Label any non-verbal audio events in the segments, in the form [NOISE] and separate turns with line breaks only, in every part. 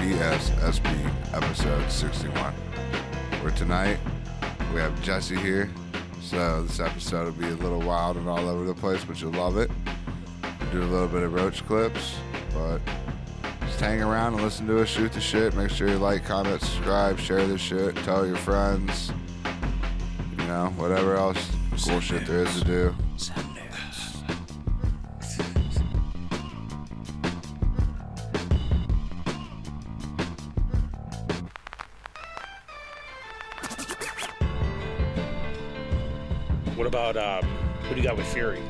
BSSB episode 61. For tonight, we have Jesse here. So this episode will be a little wild and all over the place, but you'll love it. We'll do a little bit of roach clips, but just hang around and listen to us shoot the shit. Make sure you like, comment, subscribe, share this shit, tell your friends, you know, whatever else cool shit there is to do.
What about um, who do you got with Fury?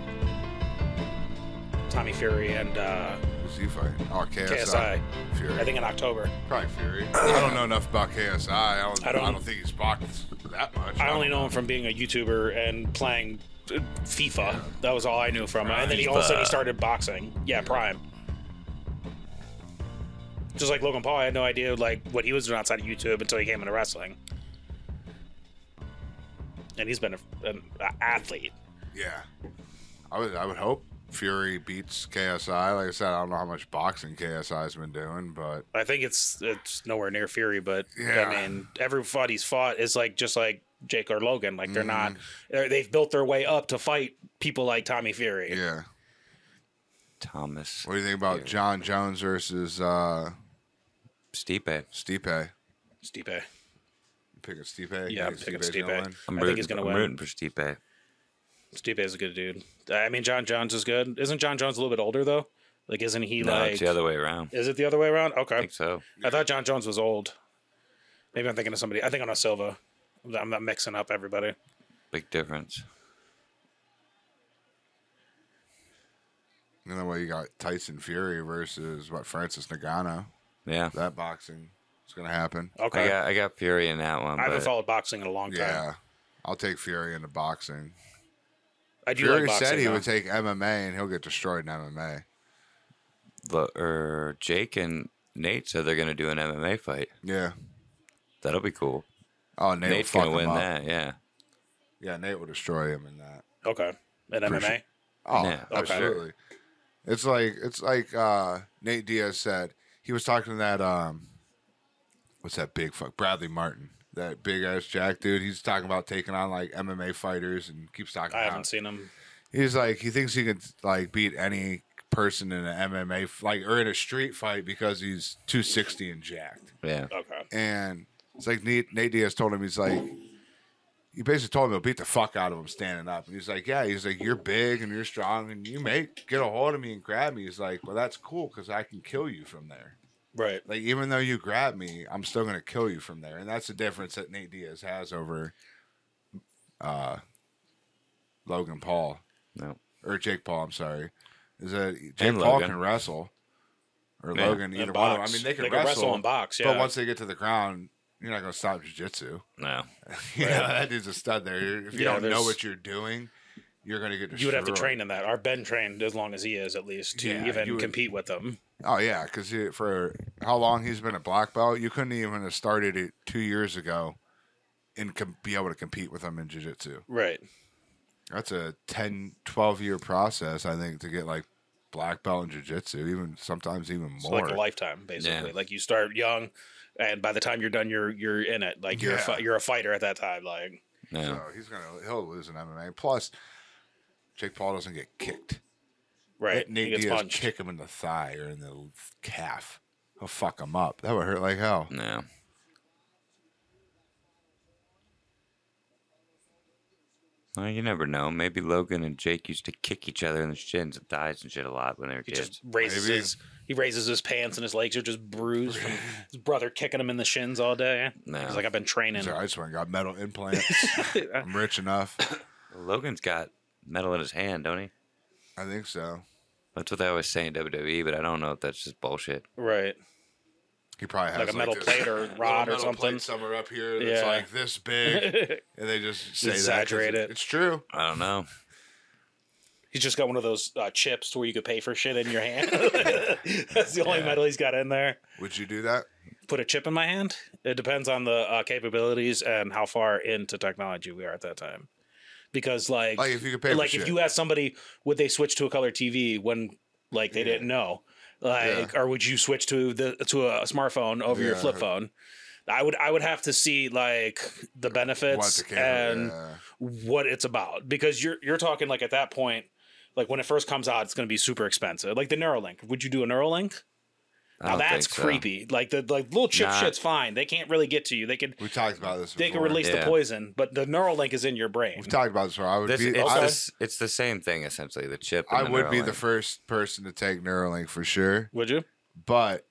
Tommy Fury and uh,
Who's he fighting? Oh, KSI.
KSI.
Fury.
I think in October.
Probably Fury.
I don't know enough about KSI. I don't, I
I
don't,
don't-
think he's boxed that much.
I only know him from being a YouTuber and playing uh, FIFA. That was all I knew from him. And then he all of a sudden he
FIFA.
started boxing. Yeah, Prime. Just like Logan Paul, I had no idea like what he was doing outside of YouTube until he came into wrestling. And he's been a, an athlete.
Yeah. I would, I would hope Fury beats KSI. Like I said, I don't know how much boxing KSI's been doing, but
I think it's it's nowhere near Fury, but
Yeah.
I mean, every fight he's fought is like just like Jake or Logan. Like they're not
Mm-hmm.
they're, they've built their way up to fight people like Tommy Fury.
yeah.
Thomas
What do you think about John Jones versus uh,
Stipe.
Stipe?
Stipe.
You picking Stipe?
Yeah, I'm
You
picking
think Stipe's gonna
Stipe.
win?
I'm
I think he's
rooting-
gonna
I'm
win.
rooting for Stipe.
Stipe is a good dude. I mean, John Jones is good. Isn't John Jones a little bit older though? Like, isn't he
No,
like?
it's the other way around.
Is it the other way around? Okay,
I think so.
I thought John Jones was old. Maybe I'm thinking of somebody. I think I'm not Silva. I'm not mixing up everybody.
Big difference.
And then what you got Tyson Fury versus what Francis Nagano.
Yeah.
That boxing is gonna happen.
Okay,
I got I got Fury in that one.
I haven't
but
followed boxing in a long time.
Yeah. I'll take Fury into boxing.
I do
Fury
like boxing.
said he
though.
would take MMA and he'll get destroyed in MMA.
the- er, Jake and Nate said they're gonna do an MMA fight.
Yeah.
That'll be cool.
Oh, Nate
Nate's
will fuck
gonna win
him up.
that. Yeah.
Yeah, Nate will destroy him in that.
okay, in MMA.
Oh,
Yeah. Okay.
absolutely. It's like it's like uh, Nate Diaz said. He was talking to that um, what's that big fuck Bradley Martin, that big ass Jack dude. He's talking about taking on like MMA fighters and keeps talking.
I
about-
haven't seen him.
He's like he thinks he can like beat any person in an MMA f- like or in a street fight because he's two sixty and jacked.
Yeah.
Okay.
And it's like Nate, Nate Diaz told him, he's like, he basically told him he'll beat the fuck out of him standing up. And he's like, yeah, he's like, you're big and you're strong and you may get a hold of me and grab me. He's like, well, that's cool because I can kill you from there.
Right.
Like, even though you grab me, I'm still going to kill you from there. And that's the difference that Nate Diaz has over uh, Logan Paul
No.
or Jake Paul, I'm sorry, is that Jake
And
Paul
Logan.
can wrestle or
Yeah.
Logan,
And
either one of them. I
box.
mean, they can
They can
wrestle,
wrestle and box,
But
yeah.
once they get to the ground, you're not going to stop jujitsu.
No.
[LAUGHS] You know, that dude's a stud there. If you
Yeah,
don't know
there's-
what you're doing, you're going to get destroyed.
You would have to train in that. Our Ben trained as long as he is, at least, to
Yeah, you
even
would-
compete with them.
Oh yeah, because for how long he's been a black belt, you couldn't even have started it two years ago, and com- be able to compete with him in jujitsu.
Right.
That's a 10, 12 year process, I think, to get like black belt in jujitsu, even sometimes even more.
It's like a lifetime, basically.
Yeah.
Like you start young, and by the time you're done, you're you're in it. Like you're a
Yeah.
fi- you're a fighter at that time. Like
No.
So he's gonna he'll lose an MMA. Plus, Jake Paul doesn't get kicked.
right.
Nate
he gets
Diaz
punched.
kick him in the thigh or in the calf. He'll fuck him up. That would hurt like hell.
No. Well, you never know. Maybe Logan and Jake used to kick each other in the shins and thighs and shit a lot when they were
He
kids.
just raises
Maybe.
his he raises his pants and his legs are just bruised
[LAUGHS]
from his brother kicking him in the shins all day.
No.
He's like I've been training.
So I just went and got metal implants.
[LAUGHS]
I'm rich enough.
Logan's got metal in his hand, don't he?
I think so.
That's what they always say in WWE, but I don't know if that's just bullshit.
Right.
He probably has
Like a metal
this
plate
[LAUGHS]
or
little
rod or
metal plate
[LAUGHS] something.
somewhere up here that's
Yeah.
like this
[LAUGHS]
big, and they just say that 'cause
Exaggerate it.
It's true.
I don't know.
He's just got one of those uh, chips to where you could pay for shit in your
[LAUGHS]
hand. [LAUGHS] That's the only metal he's got in there.
Would you do that?
put a chip in my hand. It depends on the uh, capabilities and how far into technology we are at that time. Because like,
Like, Oh, if you could pay for
like if
shit.
you ask somebody, would they switch to a color TV when like they didn't know? like or would you switch to the to a smartphone over your
Yeah.
flip phone? I would I would have to see like the
What
benefits
the camera-
and
yeah.
what it's about because you're you're talking like at that point like when it first comes out it's going to be super expensive like the neuralink would you do a neuralink
I
now
don't
that's
think so.
creepy like the like little chip
Nah.
shit's fine they can't really get to you they can
We talked about this.
they can
before.
release
Yeah.
the poison but the neuralink is in your brain
We've talked about this. Before. I would
This,
be.
it's,
I,
this, it's the same thing essentially. The chip. and
I
the
would be
Neuralink.
the first person to take Neuralink for sure,
would you
but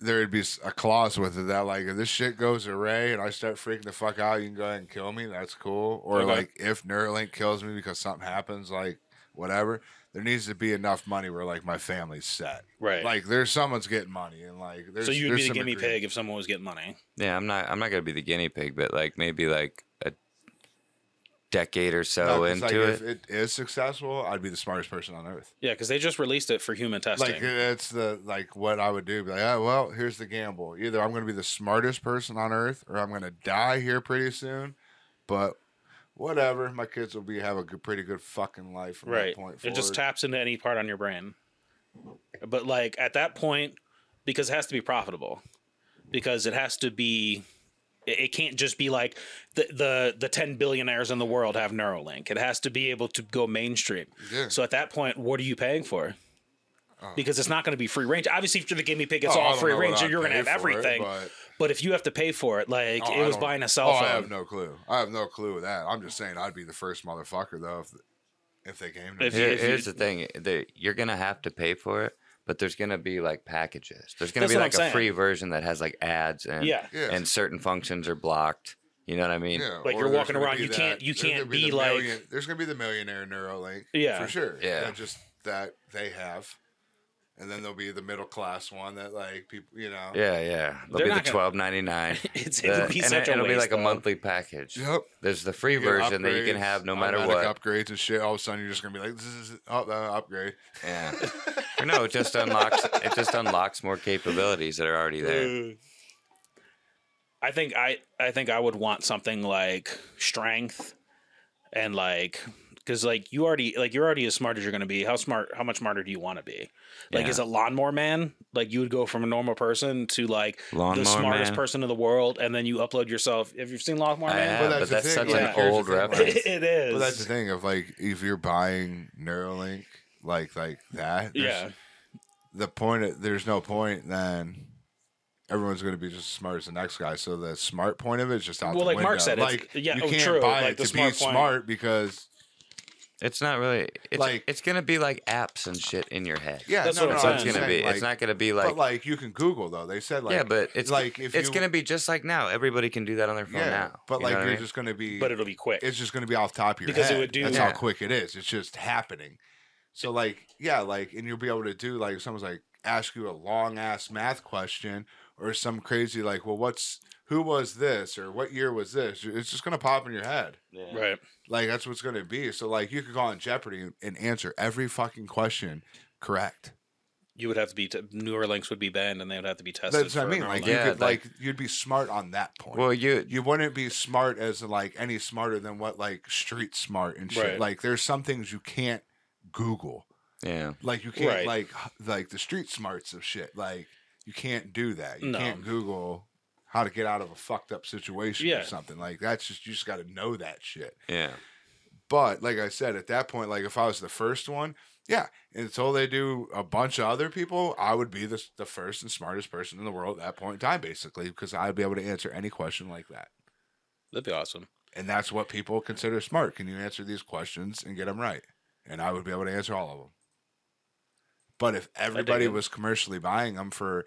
there would be s- a clause with it that like if this shit goes array and I start freaking the fuck out, you can go ahead and kill me. That's cool. Or
Okay.
like if Neuralink kills me because something happens, like whatever. There needs to be enough money where like my family's set.
right
Like there's someone's getting money and like there's
so you'd
there's
be the
some
guinea
agreement.
pig if someone was getting money
Yeah, I'm not. I'm not gonna be the guinea pig, but like maybe like a decade or
No,
so
'cause,
into
like,
it.
If it is successful, I'd be the smartest person on earth.
yeah because they just released it for human testing
Like that's the like what I would do. Be like, oh, well, here's the gamble. Either I'm going to be the smartest person on earth, or I'm going to die here pretty soon. But whatever, my kids will be have a good, pretty good fucking life from
right
that point
it
forward.
just taps into any part on your brain but like at that point because it has to be profitable because it has to be it it can't just be like the, the the 10 billionaires in the world have neuralink it has to be able to go mainstream
Yeah.
so at that point what are you paying for because it's not going to be free range obviously if you're the guinea pig it's
Oh, I
all
don't
free
know what
range
I'd
and you're going to
pay
have
for it,
everything
but-
but if you have to pay for it like
Oh,
it
I
was
don't-
buying a cell
oh,
phone
I have no clue. I have no clue of that. I'm just saying I'd be the first motherfucker though if if they came. To
If
me.
you-
Here-
if
here's the thing: the- you're gonna have to pay for it, but there's gonna be like packages. There's gonna
That's
be
what
like a
I'm
free version that has like ads and
Yeah. [LAUGHS]
Yeah.
and certain functions are blocked. You know what I mean?
Yeah,
Like,
or
you're
there's
walking
gonna
around,
be
you can't- you
there's gonna
can't be
the
like-
million- there's gonna be the millionaire Neuralink,
Yeah.
for sure.
Yeah.
That just that they have, and then there'll be the middle class one that like people, you know.
Yeah, yeah. They'll be
They're not
the
gonna-
twelve ninety nine.
It's- it'll be
and
such
it,
a
will be
waste,
like a
though.
monthly package.
Yep.
There's the free
You get
version that you can
upgrades,
have no matter what.
automatic upgrades and shit. All of a sudden, you're just gonna be like, "Zzz, "Oh, that upgrade."
Yeah. [LAUGHS] or no, it just unlocks it just unlocks more capabilities that are already there.
Mm. I think I I think I would want something like strength and like because like you already like you're already as smart as you're gonna be. How smart? How much smarter do you want to be? Like
Yeah.
as a lawnmower man, like you would go from a normal person to like
Lawnmower
the smartest
Man?
person in the world, and then you upload yourself. Have you seen Lawnmower
I
Man?
have,
that's
but
the
that's
thing,
such
like,
an
here's
the
old
thing, like-
reference.
[LAUGHS]
[LAUGHS] it is.
But that's the thing of like, if you're buying Neuralink like like that, there's-
yeah,
the point there's no point then everyone's going to be just as smart as the next guy so the smart point of it is just out
Well,
the
like
window.
Mark said, it's-
like
yeah,
you
oh,
can't
true,
buy
like
it
the
to
smart
be
point.
smart because
It's not really it's
Like-
it's gonna be like apps and shit in your head.
yeah
That's
no,
what
no,
That's
I'm
I'm
what it's gonna
saying,
be.
like,
it's not gonna be like,
but like you can google though they said like
Yeah, but it's
like if
it's
you-
gonna be just like now. Everybody can do that on their phone
yeah
now.
but
You know
like
what I
you're
mean?
just going to be
but it'll be quick.
it's just going to be off the top of your
Because it
head.
would do-
That's
Yeah.
how quick it is. It's just happening. So like, yeah, like, and you'll be able to do like if someone's like ask you a long ass math question or some crazy like, well, what's who was this or what year was this? It's just gonna pop in your head.
right.
Like that's what's gonna be. So like, you could call in Jeopardy and answer every fucking question correct.
You would have to be t- newer links would be banned, and they would have to be tested.
That's what I
for
mean.
neural
Like,
link.
you
Yeah,
could
like-
like, you'd be smart on that point
well, you
you wouldn't be smart as like any smarter than what like street smart and shit.
Right.
Like there's some things you can't Google.
yeah.
Like you can't
Right.
like h- like the street smarts of shit. Like you can't do that. You
No.
can't Google how to get out of a fucked up situation
Yeah.
or something. Like that's just you just got to know that shit.
Yeah.
But like I said, at that point, like if I was the first one, yeah. Until they do a bunch of other people, I would be the the first and smartest person in the world at that point in time, basically, because I'd be able to answer any question like that
that'd be awesome.
and that's what people consider smart. Can you answer these questions and get them right? And I would be able to answer all of them. But if everybody
it.
was commercially buying them for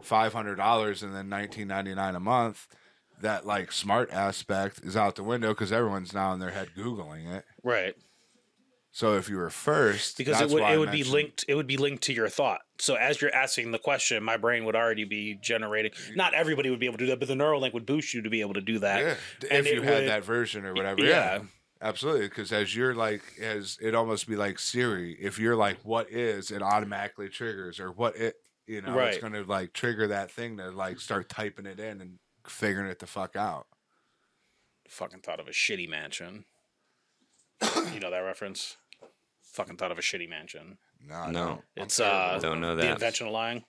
five hundred dollars and then nineteen ninety nine a month, that like smart aspect is out the window because everyone's now in their head googling it.
Right.
So if you were first,
because
that's
it would
why I
it would be
mentioned-
linked it would be linked to your thought. So as you're asking the question, my brain would already be generating. Not everybody would be able to do that, but the Neuralink would boost you to be able to do that.
Mm. Yeah,
and
if you
it
had
would-
that version or whatever.
yeah.
Yeah, absolutely. Because as you're like, as it almost be like Siri. If you're like, what is it automatically triggers or what it, you know, it's
Right.
going to like trigger that thing to like start typing it in and figuring it the fuck out.
Fucking thought of a
[COUGHS]
shitty mansion. you know that reference? Fucking thought of a shitty mansion.
No, I
No.
don't. I'm
It's,
terrible.
uh,
Don't know
The
that.
Invention of Lying.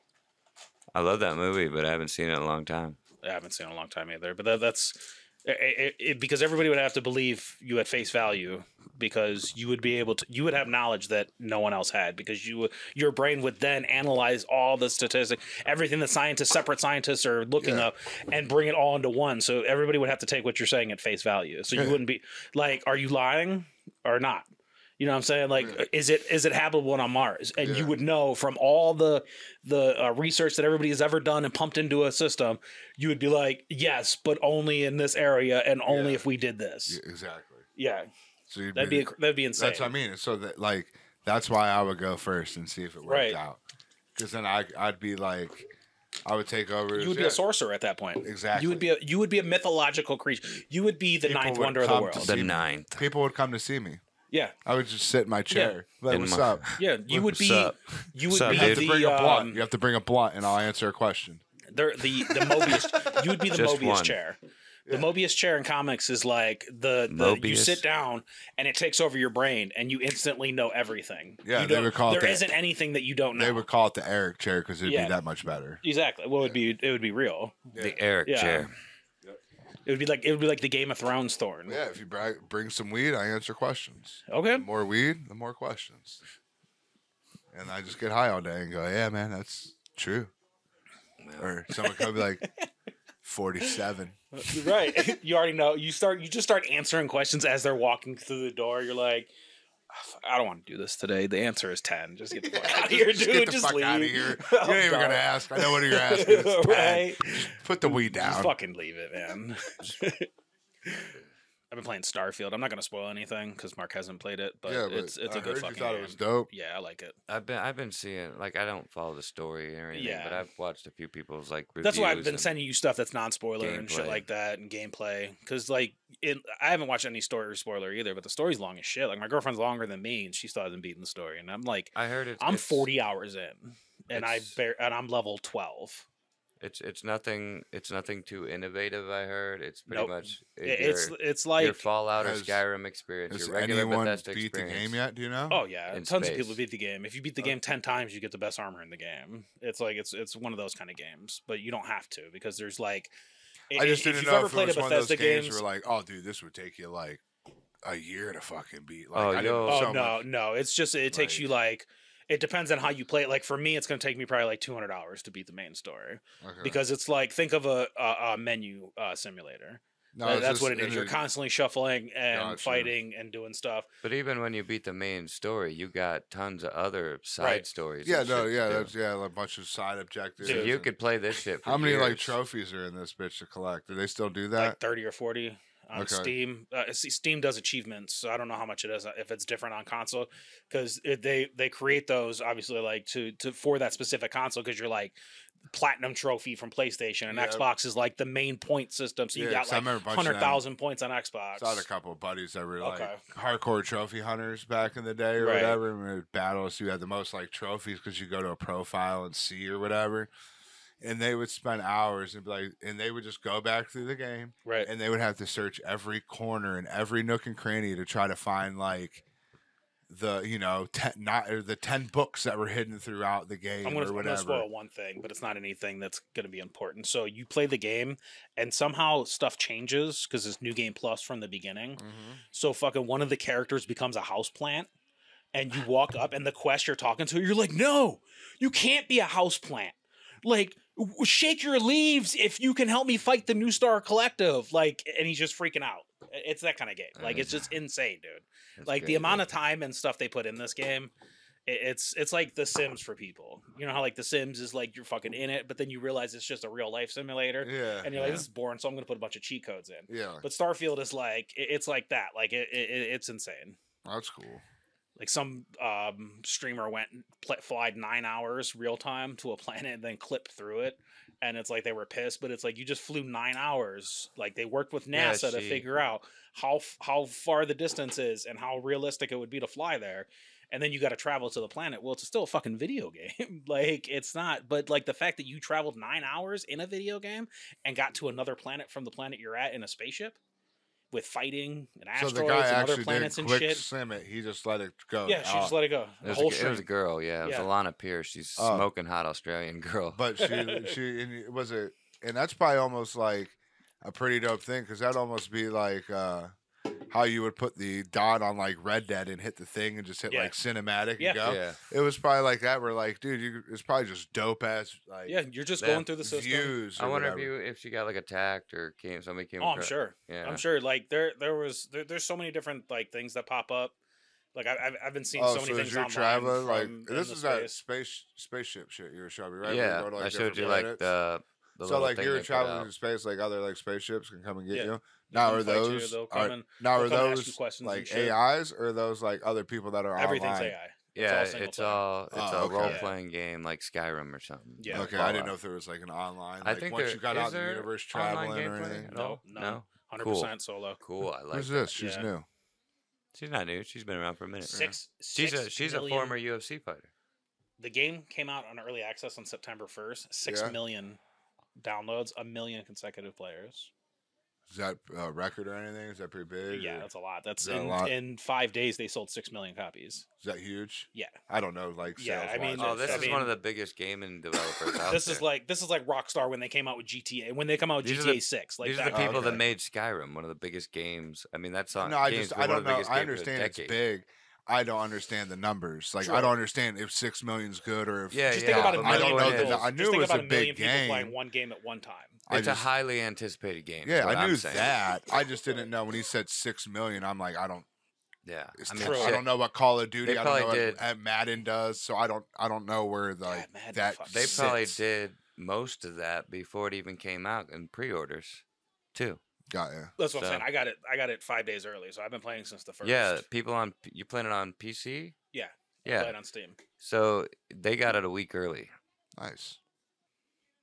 I love that movie, but I haven't seen it in a long time.
I haven't seen it in a long time either, but that, that's it, it, because everybody would have to believe you at face value because you would be able to you would have knowledge that no one else had because you your brain would then analyze all the statistics everything the scientists separate scientists are looking
Yeah.
up and bring it all into one so everybody would have to take what you're saying at face value so you
Yeah.
wouldn't be like are you lying or not you know what I'm saying? Like, is it is it habitable on Mars? And you
Yeah.
would know from all the the uh, research that everybody has ever done and pumped into a system, you would be like, yes, but only in this area and only
Yeah.
if we did this.
Yeah, exactly.
Yeah,
So you'd
that'd be a, that'd be insane.
that's what I mean. So that like that's why I would go first and see if it worked
Right.
out. Because then I I'd be like, I would take over.
you would be
yeah,
a sorcerer at that point.
Exactly.
You would be a you would be a mythological creature. You would be the
People
ninth
would
wonder of the
come to
world.
see-
The ninth.
People would come to see me.
yeah,
I would just sit in my chair. Like,
In
what's
my-
up?
yeah. You would
What's
be
up?
you would
What's up,
be
You have
[LAUGHS] dude?
to
the
bring a blunt.
um,
you have to bring a blunt, and I'll answer a question.
They're the the Mobius. you would be
[LAUGHS]
the
Just
Mobius
one.
chair. The Mobius chair in comics is like the, the you
Mobius.
sit down and it takes over your brain and you instantly know everything.
Yeah,
you
they
don't-
would call it
there
that.
isn't anything that you don't know.
They would call it the Eric chair because it'd
Yeah.
be that much better.
exactly. What would be it would be real.
The Eric
Yeah.
chair.
It would be like it would be like the Game of Thrones thorn.
Yeah, if you bri- bring some weed, I answer questions.
Okay.
The more weed, the more questions. And I just get high all day and go, yeah, man, that's true. Or someone could be like,
[LAUGHS]
47.
[LAUGHS] right. [LAUGHS] you already know. You start you just start answering questions as they're walking through the door. You're like I don't want to do this today. The answer is ten. Just
[LAUGHS]
get the fuck out of here,
Just
dude.
get the
just
fuck
leave. Oh,
out of
[LAUGHS]
here. You're not even
God.
going to ask. I know what
[LAUGHS]
you're asking. It's right.
right.
Put the weed
Just
down.
fucking leave
[LAUGHS]
it, man. I've been playing Starfield. I'm not gonna spoil anything because Mark hasn't played it, but,
yeah, but
it's it's
I
a good
heard
fucking
you thought
game.
it was dope.
Yeah, I like it.
I've been I've been seeing like I don't follow the story or anything, but
Yeah.
I've watched a few people's like reviews.
That's why I've been
and-
sending you stuff that's non-spoiler and shit
gameplay.
like that and gameplay because like it, I haven't watched any story or spoiler either, but the story's long as shit. Like my girlfriend's longer than me and she still hasn't beaten the story, and I'm like,
I heard it.
I'm
it's-
40 hours in and I
it's-
bear and I'm level 12.
It's it's nothing. It's nothing too innovative. I heard it's pretty
Nope.
much
It-
it-
it's
your,
it's
your
like
Fallout or
Has-
Skyrim experience.
Has
Your regular
anyone
Bethesda
beat
experience.
the game yet? Do you know?
Oh yeah,
in
tons of people
space.
beat the game. If you
Oh.
beat the game ten times, you get the best armor in the game. It's like it's it's one of those kind of games, but you don't have to because there's like.
I just
if
didn't
you've
know
ever
if it
played a
was one of those
Bethesda
games,
games-
where like, oh, dude, this would take you like a year to fucking beat. Like,
Oh,
I didn't
yo.
know
Oh
so
no,
much.
no, it's just it takes
Like-
you like. It depends on how you play it. Like for me, it's going to take me probably like two hundred hours to beat the main story
Okay.
because it's like think of a, a, a menu uh, simulator.
no,
That-
it's
that's
just-
what it is. You're constantly shuffling and
Gotcha.
fighting and doing stuff.
But even when you beat the main story, you got tons of other side
Right.
stories.
Yeah,
and
no,
shit to
yeah,
do.
that's yeah, like, a bunch of side objectives.
so
Dude.
you
and-
could play this
[LAUGHS]
shit. For
How many like
years.
trophies are in this bitch to collect? Do they still do
like
that?
30 or 40 on
Okay.
steam uh, see, steam does achievements so i don't know how much it is uh, if it's different on console because they they create those obviously like to to for that specific console because you're like platinum trophy from playstation and
Yeah.
xbox is like the main point system so you
Yeah,
got
'cause I
like
remember a bunch of them.
100000 points on xbox
So I had a couple of buddies that were like
Okay.
hardcore trophy hunters back in the day or
Right.
whatever. And we would battle, so you had the most like trophies because you go to a profile and see or whatever. And they would spend hours and be like, and they would just go back through the game
right
and they would have to search every corner and every nook and cranny to try to find like the you know ten, not or the ten books that were hidden throughout the game
I'm gonna,
or
I'm
whatever.
gonna spoil one thing, but it's not anything that's gonna be important. So you play the game, and somehow stuff changes because it's new game plus from the beginning.
Mm-hmm.
So fucking one of the characters becomes a houseplant and you walk up and the quest you're talking to, you're like, no, you can't be a houseplant. Like, w- shake your leaves if you can help me fight the New Star Collective. Like, and he's just freaking out. It's that kind of game.
Uh,
Like, it's just insane, dude.
That's
Like the
crazy.
amount of time and stuff they put in this game, i- it's it's like The Sims for people. You know how like The Sims is like you're fucking in it, but then you realize it's just a real life simulator,
Yeah,
and you're like,
yeah.
this is boring, so I'm gonna put a bunch of cheat codes in.
yeah,
But Starfield is like i- it's like that. Like it, it, it- it's insane.
that's cool.
Like some um, streamer went and pl- flied nine hours real time to a [LAUGHS] planet and then clipped through it, and it's like they were pissed. But it's like you just flew nine hours. Like they worked with
Yeah,
NASA to
she-
figure out how f- how far the distance is and how realistic it would be to fly there. And then you got to travel to the planet. Well, it's still a fucking video [LAUGHS] game. like it's not, but like the fact that you traveled nine hours in a video game and got to another planet from the planet you're at in a spaceship with fighting and
So
asteroids
the guy
and other
actually did
planets and
quick
shit.
slam it. He just let it go. Oh,
yeah, she
out.
just let it go.
It
The
was, a,
whole
it was a
string.
girl, yeah. It was
Yeah. Uh
Alana Pierce. She's
Oh.
smoking hot Australian [LAUGHS] girl.
But she she and it was it, and that's probably almost like a pretty dope thing because that'd almost be like uh, how you would put the dot on like Red Dead and hit the thing and just hit
Yeah.
like cinematic
Yeah.
and go.
yeah.
It was probably like that. Where like, dude, you, it's probably just dope ass like
yeah, you're just
Them
going through the system.
views.
I
or
wonder if
whatever.
you if she got like attacked or came somebody came.
Oh, I'm
across-
sure.
Yeah.
I'm sure. Like there, there was there, there's so many different like things that pop up. Like I, I've I've been seeing so
Oh,
many
so as
things
you're
online
traveling,
from
like
in
this
the
is that
space.
space spaceship shit you were showing me, right? Where
Yeah,
you go to,
I showed
different
you like
planets?
the. the
so
little
like
thing
you
they
were
put
traveling
out.
in space, like other like spaceships can come and get
Yeah.
you. Now
can
are
fight you,
those
they'll
are,
come and-
now are
they'll come and ask you
those
questions and
like
shit.
AIs or those like other people that are
Everything's
online?
AI.
Yeah,
all
it's all
single
it's,
player.
Oh,
a
okay.
role playing game like Skyrim or something.
Yeah.
Okay, I didn't know if there was like an online.
I
Like,
think
once
there-
you got
is
out in the
there
universe
online
traveling or
gameplay
anything.
at all?
No,
No,
none. Hundred percent solo.
Cool, I like.
Who's
That.
this? She's
Yeah.
new.
She's not new. She's been around for a minute.
Six.
She's
six
a she's a
million-
former UFC fighter.
The game came out on early access on September 1st. Six
Yeah.
million downloads, a million consecutive players.
Is that a record or anything? Is that pretty big?
Yeah,
or-
that's a lot. That's
Is that a
in,
lot?
in five days they sold six million copies.
is that huge?
Yeah,
I don't know. Like,
Yeah, I
sales-wise
mean,
and
Oh, this
stuff.
is one of the biggest
[LAUGHS]
gaming developers out
this
there.
is like this is like Rockstar when they came out with GTA. When they come out with
These are
GTA
the-
Six, like
These
that.
are the people
okay.
that made Skyrim, one of the biggest games. I mean, that's on.
No, I
games
just
were
I
one
don't
of the
know.
biggest
I
games for the
understand it's
decade.
big. I don't understand the numbers. Like
Sure.
I don't understand if six million's good or if
Yeah,
just
yeah.
think about
but
a
my
I don't
million
know.
point
The,
is-
people.
I
just
knew it
think
was a
about a million
big
people playing
game.
one game at one time.
I
It's
just-
a highly anticipated game. is
Yeah,
what
I
I'm
knew
saying.
that. I just
[LAUGHS]
didn't know when he said six million. I'm like, I don't.
Yeah,
It's
I mean,
true.
I
shit.
don't know what Call of Duty.
They
I don't know
probably
what
did-
uh, Madden does. So I don't. I don't know where like
Madden
that.
fucking
They probably
sits.
did most of that before it even came out in pre-orders, too.
Got yeah.
That's what I'm
So-
saying. I got it. I got it five days early, so I've been playing since the first.
Yeah, people on P- you playing it on PC?
Yeah,
Yeah.
played on Steam.
So they got it a week early.
Nice.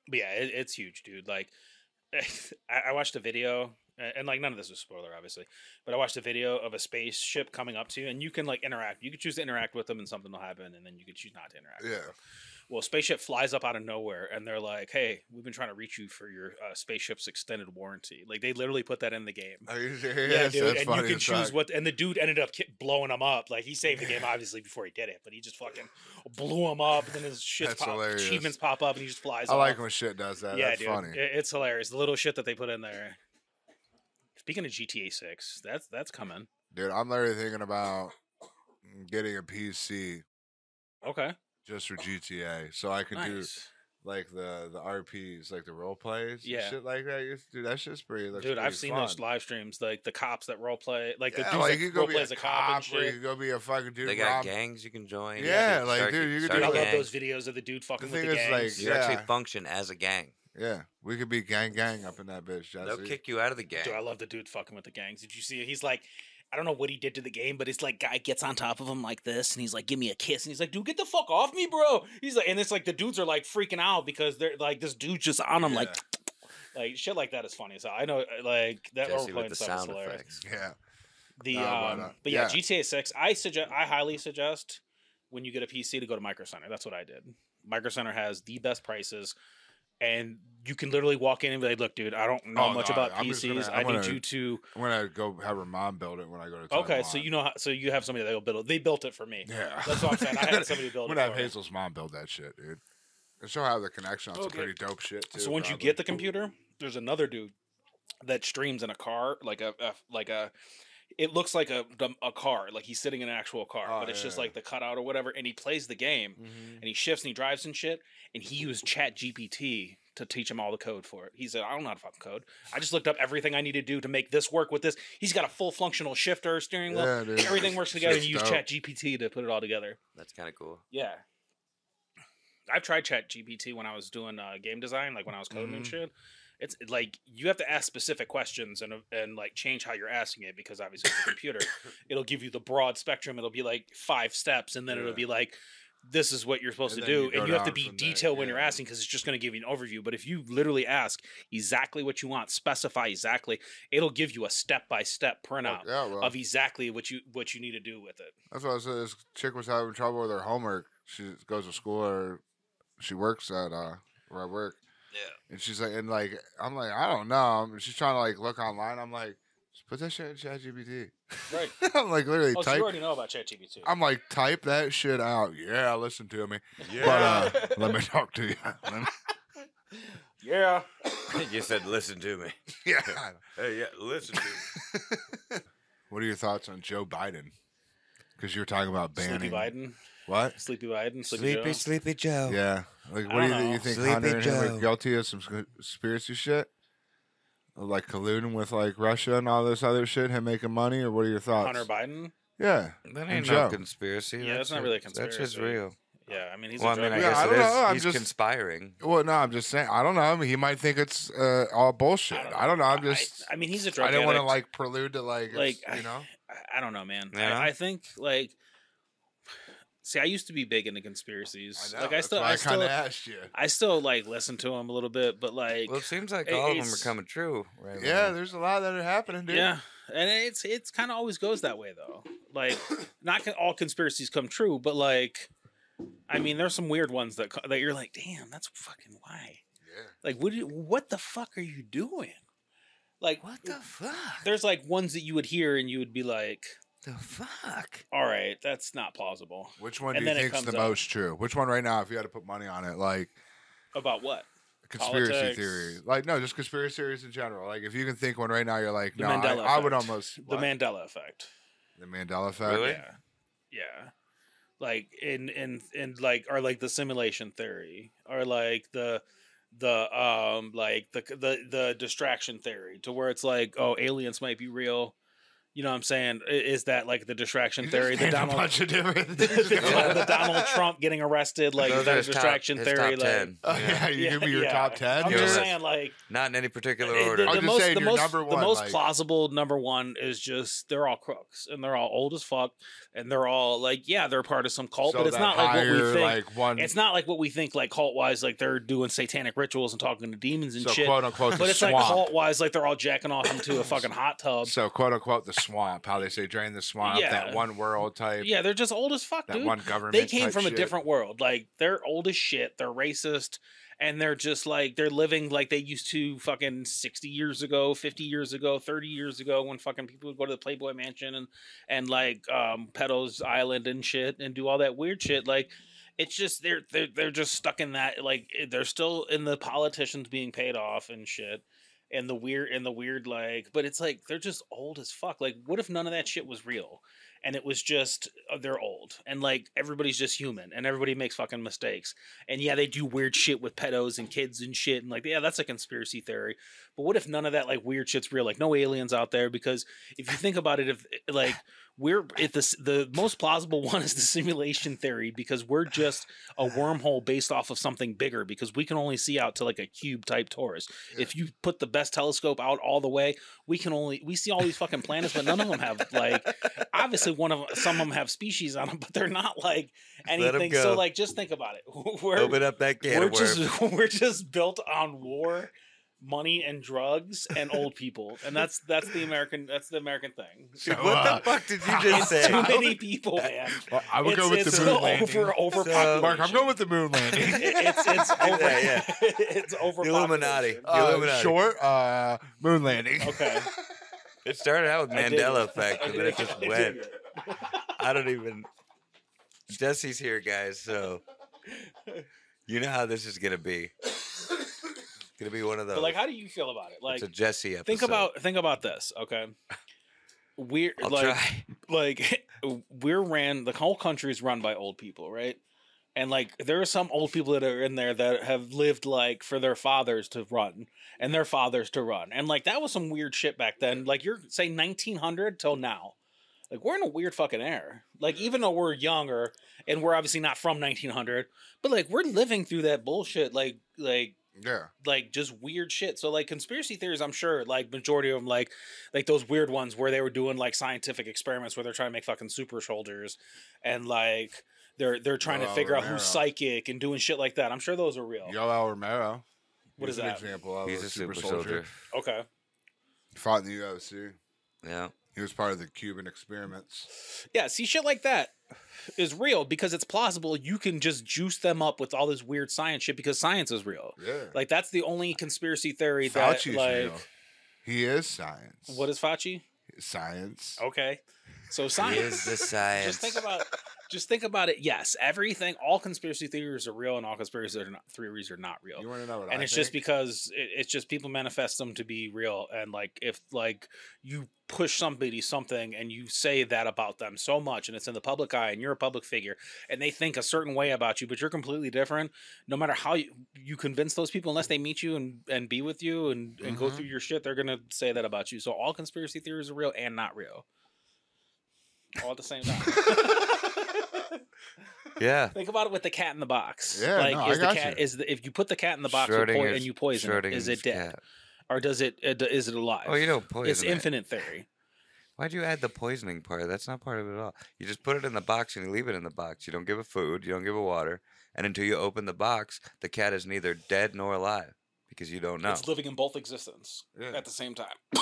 But yeah, it, it's huge, dude. Like, [LAUGHS] I, I watched a video, a- and like none of this was spoiler, obviously. But I watched a video of a spaceship coming up to you, and you can like interact. You could choose to interact with them, and something will happen, and then you could choose not to interact.
Yeah.
With them. Well, a spaceship flies up out of nowhere, and they're like, "Hey, we've been trying to reach you for your uh, spaceship's extended warranty." Like they literally put that in the game.
[LAUGHS] Are you
[LAUGHS] Yeah,
serious?
dude,
That's
and
funny
you can
as
choose
fuck.
what. And the dude ended up ki- blowing him up. Like he saved
[LAUGHS]
the game obviously before he did it, but he just fucking blew him up. And then his shit
That's
pop,
hilarious.
achievements pop up, and he just flies.
I like
off.
when shit does that.
yeah,
That's
dude,
funny.
it- it's hilarious. The little shit that they put in there. Speaking of GTA Six, that's that's coming.
Dude, I'm literally thinking about mm, getting a PC
Okay,
just for GTA, so I can do
nice,
like the the RPs, like the role plays,
Yeah.
and shit like that. You- Dude, that shit's pretty. Looks
dude. I've
pretty
seen
fun.
those live streams, like the cops that role play, like the
Yeah,
dudes
like you
that
could go
role
be
play
a
as a cop and
cop, or you
shit.
could go be a fucking dude.
they got
rob-
gangs you can join.
Yeah,
dude,
like,
start-
dude, you could
start
do
a
Dude, I
like-
love
gang.
those videos of the dude fucking
The
with
thing
the
is,
gangs.
You actually
Yeah.
function as a gang.
Yeah, we could be gang gang up in that bitch.
They'll
Jesse.
kick you out of the gang.
Dude, I love the dude fucking with the gangs. Did you see? He's like, I don't know what he did to the game, but it's like guy gets on top of him like this, and he's like, "Give me a kiss," and he's like, "Dude, get the fuck off me, bro." He's like, and it's like the dudes are like freaking out because they're like, this dude's just on him, like, like shit like that is funny. So I know, uh, like that
Jesse
overplaying
with the
stuff is
sound
hilarious.
effects.
Yeah,
The
Nah, why
um,
not?
but yeah,
Yeah.
GTA Six. I suggest, I highly suggest when you get a PC to go to Micro Center. That's what I did. Micro Center has the best prices, and you can literally walk in and be like, "Look, dude, I don't know
Oh,
much
no,
about
I'm just gonna-
PCs.
I'm
I need
gonna-
you to."
I'm gonna go have her mom build it when I go to.
Okay,
Taiwan.
so you know, how, so you have somebody that'll build it. They built it for me.
[LAUGHS] Yeah,
That's what I'm saying. I
[LAUGHS]
had somebody
I'm
build it
gonna have
for me.
Hazel's mom build that shit, dude. And she'll have the connection on some
Okay.
pretty dope shit too.
Oh, so once you get the computer, there's another dude that streams in a car, like a, a like a. It looks like a a car, like he's sitting in an actual car,
Oh,
but it's
yeah,
just
yeah. Mm.
like the cutout or whatever. And he plays the game,
Mm-hmm.
and he shifts and he drives and shit. And he used Chat GPT to teach him all the code for it. He said, "I don't know how to fucking code. I just looked up everything I need to do to make this work with this." He's got a full functional shifter, steering wheel,
Yeah, dude.
everything works
[LAUGHS]
together.
Shit's
and you use
dope.
Chat GPT to put it all together.
That's kind of cool. [LAUGHS]
Yeah. I've tried Chat GPT when I was doing uh, game design, like when I was coding and
Mhm.
shit. It's like you have to ask specific questions and and like change how you're asking it because obviously it's a
[COUGHS]
computer. It'll give you the broad spectrum. It'll be like five steps, and then it'll
Yeah.
be like, "This is what you're supposed
And
to
then
do,"
you go
and you have to
down
be
from there,
detailed when you're
yeah.
asking because it's just going to give you an overview. But if you literally ask exactly what you want, specify exactly, it'll give you a step by step printout
Yeah, well,
of exactly what you what you need to do with it.
That's why I said this chick was having trouble with her homework. She goes to school or she works at uh where I work.
Yeah.
And she's like and like I'm like, I don't know. And she's trying to like look online. I'm like, Just put that shit in ChatGPT. [LAUGHS]
Right.
I'm like literally
Oh, so you
type.
already know about ChatGPT.
I'm like type that shit out. Yeah, listen to me.
[LAUGHS]
But uh, let me talk to you. [LAUGHS] Let me-
Yeah.
you said, listen to me. [LAUGHS]
yeah.
Hey, yeah, listen
[LAUGHS]
to me.
What are your thoughts on Joe Biden? Because you were talking about banning
Sleepy Biden.
What?
Sleepy Biden. Sleepy,
Sleepy,
Joe.
sleepy Joe.
Yeah. Like,
I
what do you,
don't
think-
know.
you think?
Oh. Sleepy
Hunter and him
Joe.
are guilty of some s- conspiracy shit? Of, Like colluding with like Russia and all this other shit, him making money, or what are your thoughts?
Hunter Biden.
yeah,
That
And
ain't
Joe.
no conspiracy.
Yeah, that's not really a
That's just
conspiracy.
real.
Yeah, I mean he's.
well,
a
I mean,
drug
I
Yeah,
guess
I
it
don't
is.
know, I'm
He's
just-
conspiring.
Well, no, I'm just saying. I don't know. I mean, he might think it's uh, all bullshit.
I don't know.
I don't know. I'm
I-
just.
I, mean, he's a
I,
drug.
didn't want to
addict.
like prelude to like,
Like,
it's-
[SIGHS]
you know.
I- I don't know, man.
Yeah.
I, I think like. See, I used to be big into conspiracies.
know,
like I
that's
still,
why
I
kind
still,
of asked you.
I still like listen to him a little bit, but like,
Well, it seems like
it-
all of them are
it's-
coming true. Right
Yeah, there's a lot that are happening, dude.
yeah, and it's it's kind of always goes that way though. Like, not con- all conspiracies come true, but like, I mean, there's some weird ones that co- that you're like, damn, that's fucking why.
Yeah.
Like, what do you, what the fuck are you doing? Like,
What the fuck?
there's like ones that you would hear and you would be like,
The fuck?
all right, that's not plausible.
Which one
And
do you
then it
think's the
comes up.
most true? Which one right now? If you had to put money on it, like
About what?
conspiracy
Politics.
theory, like no, just conspiracy theories in general. Like if you can think one right now, you're like,
The
no, I,
Mandela
I would
effect.
almost
The
what?
Mandela effect.
the Mandela effect.
Really?
Yeah. Yeah. Like in in and like or like the simulation theory or like the the um like the the the distraction theory to where it's like oh aliens might be real. You know what I'm saying? I- Is that like the distraction
You just
theory? The
named a
Donald
bunch of [LAUGHS]
[LAUGHS]
different
the,
things.
Don- the
[LAUGHS]
Donald Trump getting arrested like is
Those
that
are
a
his top-
distraction
his
theory
top
like [LAUGHS]
10.
Oh, yeah, you give me your
yeah.
top ten.
I'm
You're
just
Yours.
saying like
Not in any particular
it-
order.
The,
I'm just
most,
saying
the
your
most,
number
the
one,
most
like-
plausible number one is just they're all crooks and they're all old as fuck and they're all like, yeah, they're part of some cult, but it's
that
not like what we
higher,
think.
Like one,
it's not like what we think, like cult wise, like they're doing satanic rituals and talking to demons and
so
shit.
quote unquote.
but
the
it's like
swamp.
cult wise, like they're all jacking off into a fucking hot tub.
So quote unquote the swamp, how they say drain the swamp, that
Yeah.
one world type,
Yeah, they're just old as fuck,
that
dude.
one government.
they came
type
from a
shit. [LAUGHS]
different world. Like they're old as shit. They're racist, and they're just like they're living like they used to fucking sixty years ago, fifty years ago, thirty years ago, when fucking people would go to the Playboy Mansion and and like um, Pedos Island and shit, and do all that weird shit. Like it's just they're they're they're just stuck in that. Like eh, they're still in the politicians being paid off and shit. And the weird and the weird like, but it's like they're just old as fuck. Like, what if none of that shit was real? and it was just uh, they're old and like everybody's just human and everybody makes fucking mistakes and yeah they do weird shit with pedos and kids and shit and like yeah that's a conspiracy theory but what if none of that like weird shit's real like no aliens out there because if you think about it if eh, like we're if this the most plausible [LAUGHS] one is the simulation theory because we're just a wormhole based off of something bigger because we can only see out to like a cube type torus if you put the best telescope out all the way we can only we see all these fucking planets but none of them have like obviously one of some of them have species on them but they're not like
Let 'em
anything so
go.
like just think about it [LAUGHS] we're,
Open up that can
we're
of worms.
just [LAUGHS] we're just built on war money and drugs and old people and that's that's the american that's the american thing
So,
what
uh,
the fuck did you
it's
just say?
too many people man
well, I would
it's,
go with
it's
the moon landing.
over over
[LAUGHS] Mark, I'm going with the moon landing.
[LAUGHS] it's it's over
[LAUGHS] Yeah,
[LAUGHS] it's over
Illuminati.
[LAUGHS]
The
Uh,
Illuminati.
short uh, moon landing.
[LAUGHS] okay
[LAUGHS] It started out with
[LAUGHS] I dig
Mandela
it.
effect,
I
and
dig
then it
it. I
just
dig
went.
it.
I don't even. Jesse's here, guys, so you know how this is gonna be. It's gonna be one of those.
but like how do you feel about it like
it's a Jesse episode.
think about think about this okay we're
I'll
like
try.
like [LAUGHS] we're ran the whole country is run by old people right and like there are some old people that are in there that have lived like for their fathers to run and their fathers to run and like that was some weird shit back then like you're say 1900 till now like we're in a weird fucking era like even though we're younger and we're obviously not from 1900 but like we're living through that bullshit like like
[LAUGHS] Yeah.
like just weird shit. So like conspiracy theories, I'm sure like majority of them like like those weird ones where they were doing like scientific experiments where they're trying to make fucking super soldiers and like they're they're trying to
Oh,
figure out
Romero.
who's psychic and doing shit like that. I'm sure those are real.
Yoel Romero.
What
He's
is
an
that?
example of
He's a super soldier.
Okay.
Fought in the UFC.
Yeah.
He was part of the Cuban experiments.
Yeah, see shit like that is real because it's plausible you can just juice them up with all this weird science shit because science is real.
Yeah.
Like that's the only conspiracy theory that
Fauci's
like
real. He is science.
What is Oh, Fachi?
science?
Okay, so
He
science.
is the science.
just think about just think about it yes everything all conspiracy theories are real and all conspiracy are not, theories are not real
You want to know what
and
I
it's just
think?
because it, it's just people manifest them to be real and like if like you push somebody something and you say that about them so much and it's in the public eye and you're a public figure and they think a certain way about you but you're completely different no matter how you, you convince those people unless they meet you and and be with you and and go
Mhm.
Mm-hmm.
through your shit they're gonna say that about you so all conspiracy theories are real and not real all at the
[LAUGHS]
same [LAUGHS] time
yeah.
Think about it with the cat in the box.
Yeah,
like
no, I
is the
got
cat
you.
is the, if you put the cat in the box you poi-
Schrodinger's-
and you poison it, is it
Schrodinger's
dead
cat.
or does it uh, d- is it alive?
Oh, you don't poison
it's
it.
infinite theory.
Why'd you add the poisoning part? That's not part of it at all. You just put it in the box and you leave it in the box. You don't give it food. You don't give it water. And until you open the box, the cat is neither dead nor alive because you don't know.
It's living in both existence
Yeah.
at the same time, [COUGHS]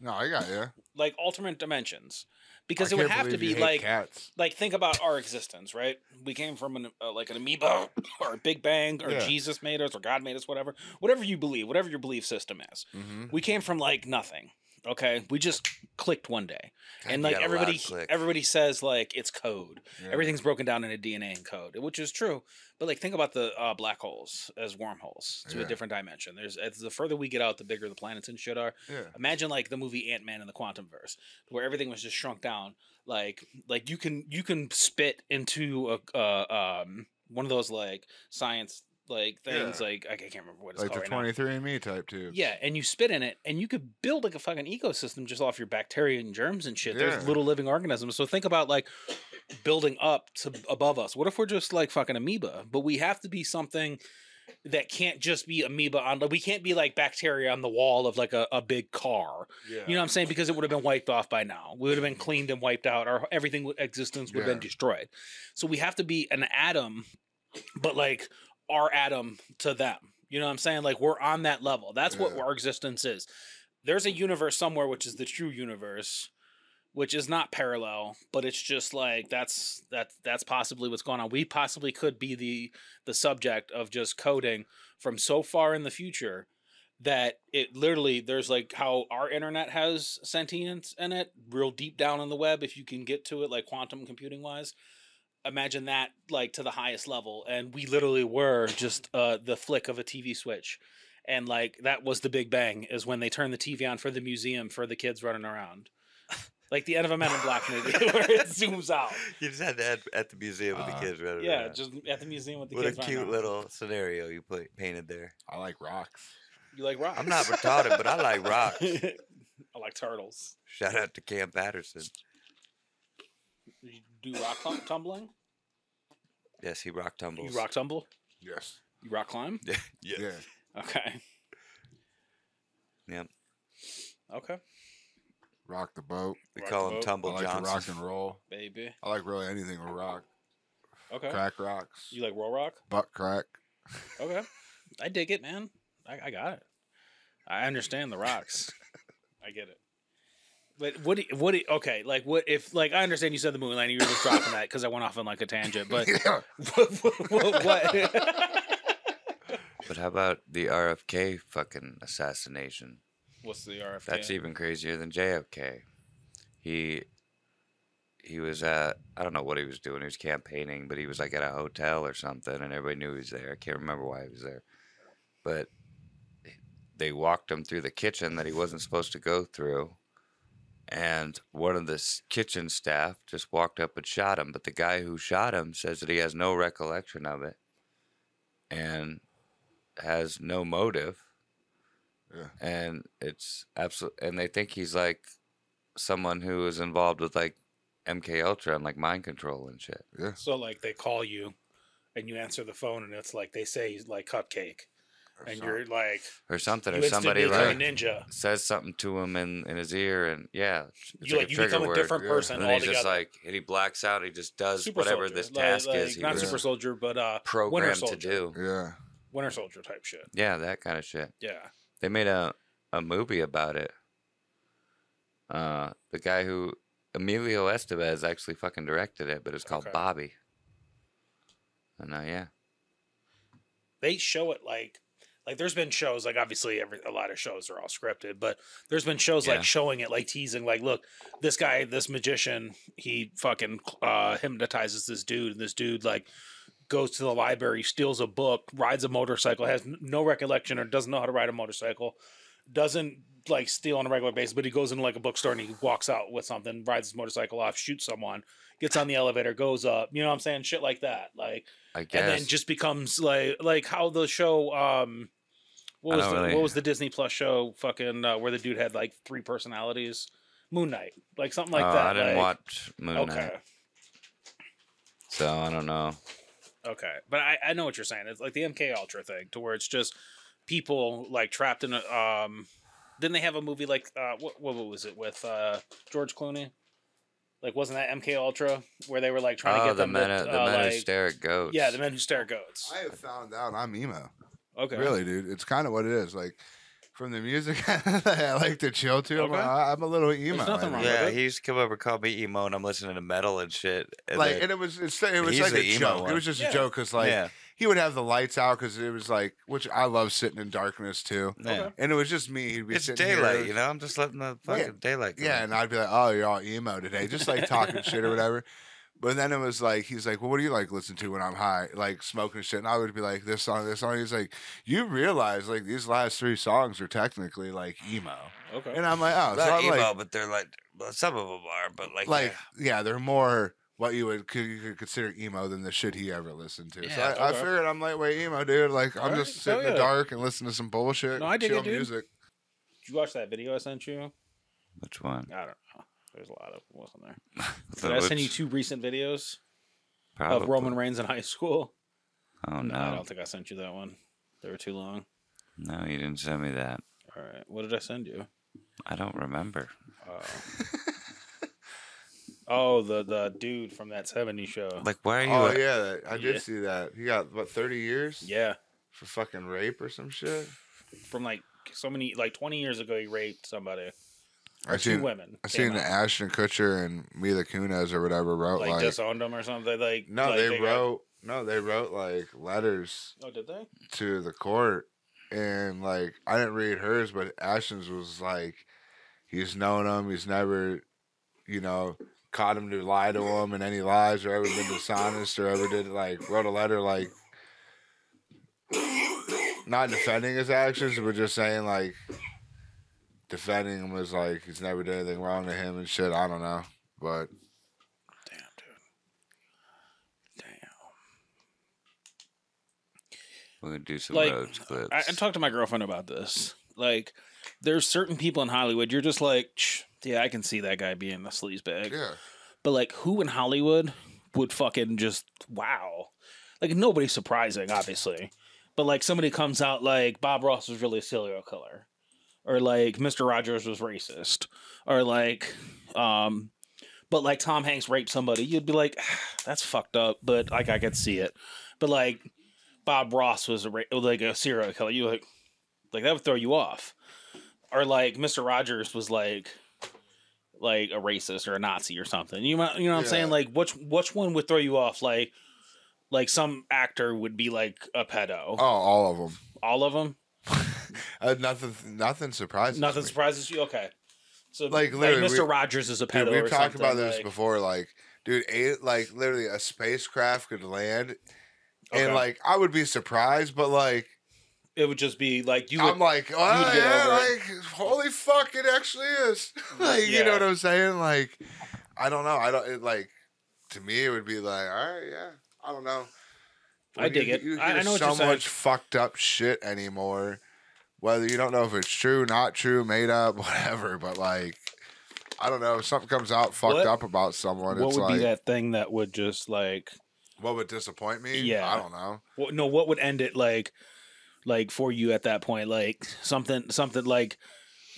no, I got
[LAUGHS]
you.
like alternate dimensions, because
I
it would
can't
have to
believe you
be
hate
like
cats.
like think about our existence, right? We came from an uh, like an amoeba [COUGHS] or a Big Bang or
Yeah.
Jesus made us or God made us, whatever, whatever you believe, whatever your belief system is. [SIGHS]
hmm
We came from like nothing. Okay, we just clicked one day,
God,
and
you
like
got a loud
everybody,
click. [LAUGHS]
everybody says like it's code. Everything's broken down into DNA and code, which is true. But like, think about the uh, black holes as wormholes to
Yeah.
a different dimension. There's as the further we get out, the bigger the planets and shit are.
Yeah.
Imagine like the movie Ant Man and the Quantum Verse, where everything was just shrunk down. Like, like you can you can spit into a uh, um one of those like science like things
Yeah.
like I can't remember what it's
Like the
called right now.
23andMe type tube.
Yeah, and you spit in it, and you could build like a fucking ecosystem just off your bacteria and germs and shit. There's
Yeah.
little living organisms. So think about like building up to above us. What if we're just like fucking amoeba? But we have to be something that can't just be amoeba on. Like, we can't be like bacteria on the wall of like a, a big car.
yeah.
You know what I'm saying? Because it would have been wiped off by now. We would have been cleaned and wiped out. Our everything with existence would have been
Yeah.
destroyed. So we have to be an atom, but like our atom to them. You know what I'm saying? Like we're on that level. That's what
Yeah.
our existence is. There's a universe somewhere which is the true universe, which is not parallel, but it's just like that's that's that's possibly what's going on. We possibly could be the the subject of just coding from so far in the future that it literally there's like how our internet has sentience in it real deep down in the web if you can get to it like quantum computing wise imagine that like to the highest level and we literally were just uh the flick of a tv switch and like that was the big bang is when they turned the tv on for the museum for the kids running around like the end of a men in black movie [LAUGHS] where it zooms out
You just had to add at the museum with the
Uh,
kids running
Oh. yeah
around.
just at the museum with the
what a
kids running
cute
around.
little scenario you put, painted
[LAUGHS]
there.
I like rocks.
you like rocks
I'm not retarded, but I like rocks.
[LAUGHS] i like turtles
Shout out to Cam Patterson.
you do rock tum- tumbling
Yes, he rock tumbles.
you rock tumble
Yes.
You rock climb? [LAUGHS]
Yeah.
Yeah.
yeah.
Okay.
Yep.
Okay.
Rock the boat.
We
Rock
call
the
him
boat.
I
Tumble
like to Oh, rock
Johnson.
and roll.
Baby.
I like really anything with rock.
Okay.
Crack rocks.
You like roll rock?
Butt crack.
Okay. I dig it, man. I, I got it. I understand the rocks. I get it. But what do you- what do you- okay, like what if like I understand you said the moon landing, you were just dropping that because I went off on like a tangent,
[LAUGHS]
but
Yeah.
[LAUGHS] what, what, what,
But how about the RFK fucking assassination?
[LAUGHS] what's the RFK?
That's even crazier than JFK. He he was at I don't know what he was doing. He was campaigning, but he was like at a hotel or something, and everybody knew he was there. I can't remember why he was there, but they walked him through the kitchen that he wasn't supposed to go through, and one of the s- kitchen staff just walked up and shot him. But the guy who shot him says that he has no recollection of it, and has no motive
Yeah.
and it's absolute and they think he's like someone who is involved with like mk ultra and like mind control and shit
So like they call you and you answer the phone and it's like they say he's like cupcake. And you're like
or something
you
or somebody
instantly
like
become a ninja.
says something to him in, in his ear and yeah it's
you like,
a
you
trigger
become a
word.
different
yeah.
person
and then he's
altogether.
just like and he blacks out he just does
super
whatever
soldier.
this
Like-
task
like,
is he
not
was
super soldier, but uh, Winter
programmed to
Soldier.
do
Yeah.
Winter Soldier type shit.
yeah that kind of shit
Yeah,
they made a, a movie about it uh the guy who emilio estevez actually fucking directed it but it's called
Okay.
bobby and uh yeah
they show it like Like there's been shows like obviously every a lot of shows are all scripted, but there's been shows
Yeah.
like showing it like teasing like look, this guy, this magician, he fucking uh hypnotizes this dude and this dude like goes to the library, steals a book, rides a motorcycle, has n- no recollection or doesn't know how to ride a motorcycle, doesn't like steal on a regular basis, but he goes into like a bookstore and he walks out with something, rides his motorcycle off, shoots someone, gets on the elevator, goes up, you know what I'm saying? Shit like that. Like
I guess.
and then just becomes like like how the show um
I
what was
don't
the,
really-
what was the Disney Plus show fucking uh, where the dude had like three personalities Moon Knight like something like
oh,
that
I didn't
like-
watch Moon
okay
Knight, so I don't know.
okay but I I know what you're saying it's like the MK Ultra thing to where it's just people like trapped in a um didn't they have a movie like uh what what was it with uh George Clooney like wasn't that MK Ultra where they were like trying to
Oh,
get
the
them
men,
to,
the
uh,
men who
like-
stare at goats.
yeah the men who stare at goats
I have found out I'm emo.
okay
Really, dude. It's kind of what it is. Like from the music [LAUGHS] I like to chill to, I'm,
Okay.
I- I'm a little emo.
nothing
I
wrong
think.
with
Yeah,
it.
he used to come over, and call me emo, and I'm listening to metal and shit. And
like
then-
and it was it's, it was
He's
like
the
a
emo
joke. It
one.
was just
Yeah.
a joke because like
yeah,
he would have the lights out because it was like which I love sitting in darkness too,
yeah.
Okay.
and it was just me. He'd be
It's
sitting
daylight,
here,
you know. I'm just letting the fucking daylight. Come
yeah,
in.
and I'd be like, oh, you're all emo today, just like talking shit or whatever. But then it was like he's like, well, what do you like listen to when I'm high, like smoking shit? And I would be like, this song, this song. He's like, you realize like these last three songs are technically like emo,
okay
and I'm like, oh, so
not
I'm
emo,
like,
but they're like well, some of them are, but like,
like
yeah.
yeah, they're more what you would could, you could consider emo than the shit he ever listened to. so I,
Yeah,
I
okay.
figured I'm lightweight emo, dude. Like I'm
Alright,
just sitting
hell
in the
yeah.
dark and listening to some bullshit.
No,
and
I dig it,
chill
dude.
music.
Did you watch that video I sent you?
which one?
I don't know. There's a lot of what's on there. Did I send you two recent videos of Roman Reigns in high school?
Oh
I
no,
don't think I sent you that one. They were too long.
no, you didn't send me that.
All right. What did I send you?
I don't remember.
Oh, Uh,
[LAUGHS]
oh the the dude from that 70s show.
Like, why are you?
Oh yeah, that- I did
Yeah.
see that. He got what 30 years
Yeah.
for fucking rape or some shit.
From like so many, like 20 years ago, he raped somebody.
I
Two
seen
women.
I
came
seen
out,
Ashton Kutcher and Mila Kunis or whatever wrote
like,
like,
disowned him or something. Like
no,
like,
they,
got-
wrote no, they wrote like letters
Oh, did they?
to the court, and like I didn't read hers, but Ashton's was like, he's known him, he's never, you know, caught him to lie to him and any lies or ever been dishonest or ever did like wrote a letter like, not defending his actions, but just saying like, defending him was like he's never done anything wrong to him and shit. I don't know, but
Damn, dude. Damn.
We're gonna do some
like,
roads clips.
I, I talked to my girlfriend about this. Like, there's certain people in Hollywood. You're just like, "Shh, yeah, I can see that guy being a sleaze bag.
yeah,
But like, who in Hollywood would fucking just wow? Like, nobody's surprising, obviously. But like, somebody comes out like Bob Ross was really a serial killer, or like Mister Rogers was racist, or like, um, but like Tom Hanks raped somebody, you'd be like, "Ah, that's fucked up. But like, I could see it. But like, Bob Ross was a ra- like a serial killer. You like, like that would throw you off. Or like Mister Rogers was like, like a racist or a Nazi or something. You might, you know what I'm
Yeah.
saying? Like, which which one would throw you off? Like, like some actor would be like a pedo.
oh, all of them.
All of them.
Uh, nothing, nothing surprises.
Nothing
me.
surprises you. Okay. So
Like,
like,
literally,
Mister
we-
Rogers is a pedo.
Dude,
or
we've talked
something,
about this
like-
before. Like, dude, a, like literally a spacecraft could land, and
Okay.
like I would be surprised, but like
It would just be like you. Would,
I'm like, oh
would get
yeah,
over
like holy fuck, it actually is. [LAUGHS] like, you know
Yeah.
what I'm saying? Like, I don't know. I don't it, like. To me, it would be like, all right, yeah, I don't know.
I dig
you,
it.
You hear
I- I know what
so
you're saying.
much fucked up shit anymore. Whether you don't know if it's true, not true, made up, [LAUGHS] whatever, but like. I don't know. If something comes out fucked
What-
up about someone,
what
it's
would
like,
be that thing that would just like
What would disappoint me?
Yeah.
I don't know.
what, no what would end it like like for you at that point like something something like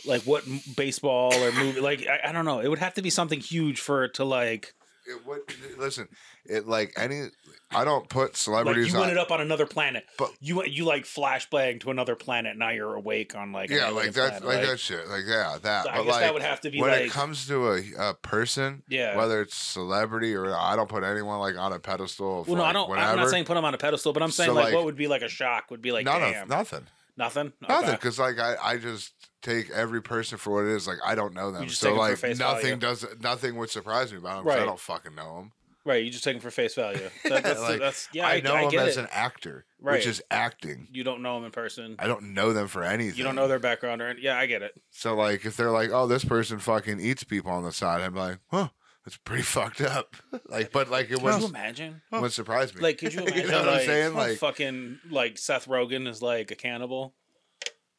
like what m- baseball or movie like I, I don't know it would have to be something huge for it to like
It would listen. It like any. I don't put
like you
celebrities on.
ended up on another planet
But-
you you like flashbang to another planet now you're awake on like an
yeah,
alien
like that,
planet,
like, that shit, like yeah, that.
So I
but
guess
like
that would have to be
when
like
it comes to a, a person,
yeah
whether it's celebrity or I don't put anyone like on a pedestal. Of,
well no I
like,
don't
Whatever.
I'm not saying put them on a pedestal but I'm saying
So,
like,
like,
what would be like a shock would be like
None of-
damn
nothing.
Nothing. Okay.
Nothing, because like I, I just take every person for what it is. Like I don't know them,
just
so
take 'em for
like
face
nothing
value.
does nothing would surprise me about them. 'cause I
Right.
don't fucking know them.
Right. You just take them for face
[LAUGHS]
value. That, that's,
Like,
that's yeah. I,
I know
I
them
get
as
it.
an actor,
Right.
which is acting.
You don't know them in person.
I don't know them for anything.
You don't know their background or any- yeah. I get it.
So like, if they're like, "Oh, this person fucking eats people on the side," I'm like, "Huh, that's pretty [LAUGHS] fucked up." like, but like, it
Could you
wouldn't, [LAUGHS]
imagine?
wouldn't surprise me.
Like, could you
You know
imagine?
what I'm
like,
saying? Like-
fucking like Seth Rogen is like a cannibal.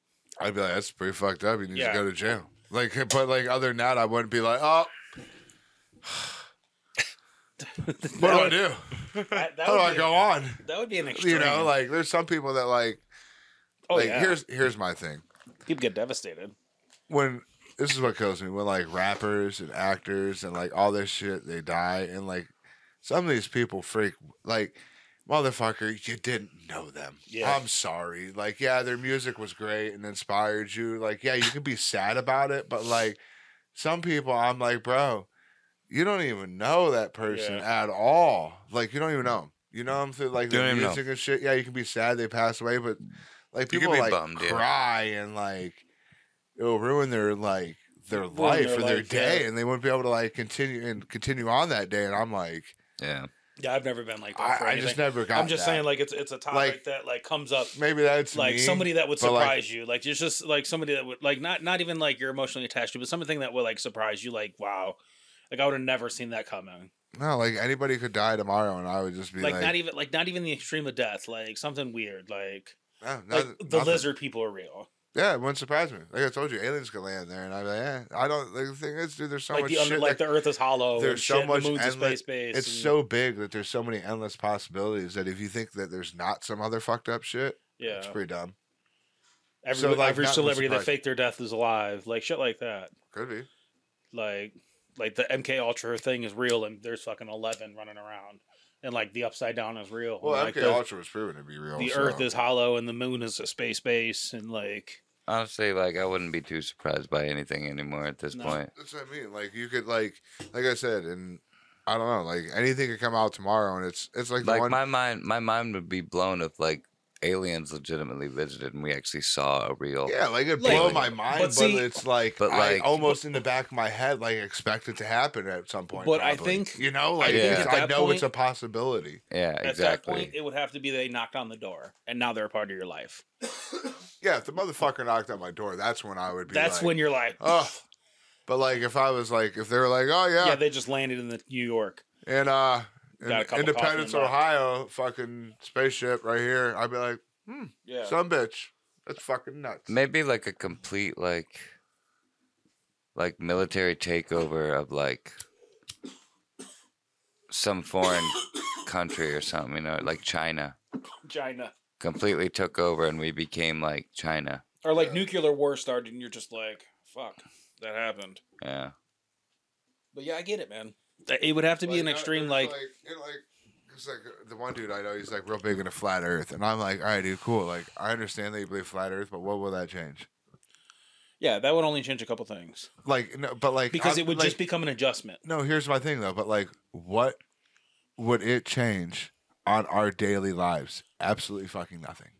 [LAUGHS]
I'd be like, "That's pretty fucked up. You need
Yeah.
to go to jail." Like, but like, other than that, I wouldn't be like, "Oh, what do I do?
That,
[LAUGHS]
that
How do
would
I
be-
go
[LAUGHS]
on?"
That would be an extreme.
You know, like, there's some people that like,
oh,
like
yeah.
here's here's my thing.
people get devastated.
when this is what kills me when like rappers and actors and like all this shit they die and like some of these people freak like motherfucker you didn't know them
Yeah.
i'm sorry like yeah their music was great and inspired you like yeah you can be sad about it but like some people i'm like bro you don't even know that person at all like you don't even know 'em. you know them through like
Don't
their
even know.
music and shit yeah you can be sad they passed away but like
You
people
could be
like
bummed, yeah.
cry and like it'll ruin their like their
Ruin their
life or their
life,
day,
yeah.
and they wouldn't be able to like continue and continue on that day. And I'm like,
Yeah.
Yeah, I've never been like that. for
I, I
anything.
just never got.
I'm just
that.
saying, like it's it's a topic
Like-
that like comes up.
maybe that's
Like
me,
somebody that would
but,
surprise
like-
you, like it's just like somebody that would like not not even like you're emotionally attached to, but something that would like surprise you, like wow, like I would have never seen that coming.
No, like anybody could die tomorrow, and I would just be
Like,
like,
not e even like not even the extreme of death, like something weird, like
no,
like
nothing-
the
nothing.
lizard people are real,
Yeah, it wouldn't surprise me. Like I told you, aliens could land there, and I'm like, eh, I don't. Like, the thing is, dude, there's so
like
much
the under,
shit.
like
that-
the Earth is hollow.
there's
and
so
shit, and
much
the moon's a
endless-
space base.
it's
and-
so big that there's so many endless possibilities that if you think that there's not some other fucked up shit,
yeah.
it's pretty dumb.
Every,
so, like,
every
that was
celebrity that
surprising.
faked their death is alive, like shit like that.
Could be.
like like the MK Ultra thing is real and there's fucking eleven running around and like the upside down is real.
Well,
and,
MK
like,
Ultra was proven to be real.
the, the
so-
Earth is hollow and the Moon is a space base and like
Honestly, like I wouldn't be too surprised by anything anymore at this
No.
point.
That's what I mean. Like you could like like I said, and I don't know, like anything could come out tomorrow and it's it's like, the
Like
one
my mind, my mind would be blown if like aliens legitimately visited and we actually saw a real.
Yeah, like it
Like-
blow my mind,
but
but,
see-
it's like
But,
I
like-
almost in the back of my head like expect it to happen at some point.
But I
probably.
think-
you know, like
think
it's-
at
I,
that
know it's a
point-
possibility.
Yeah,
at
exactly.
that point it would have to be they knocked on the door and now they're a part of your life.
Yeah, if the motherfucker knocked on my door, that's when I would be
That's
like,
when you're like
Oh but like if I was like if they were like, Oh
yeah.
yeah,
they just landed in the New York.
and uh in
Got a couple
Independence,
coffee in the back.
Ohio, fucking spaceship right here, I'd be like,
Yeah.
Some bitch. That's fucking nuts.
Maybe like a complete like like military takeover of like some foreign country or something, you know, like China.
China.
Completely took over and we became like China.
Or like nuclear war started and you're just like, fuck, that happened.
Yeah.
But yeah, I get it, man. It would have to be an
Like,
extreme
it's
like,
like, it like it's like uh, the one dude I know. He's like real big into flat Earth, and I'm like, all right, dude, cool. Like I understand that you believe flat Earth, but what will that change?
Yeah, that would only change a couple things.
Like no, but like
Because
I'm-
it would
like,
just become an adjustment.
No, here's my thing though. But like, what would it change on our daily lives? Absolutely fucking nothing.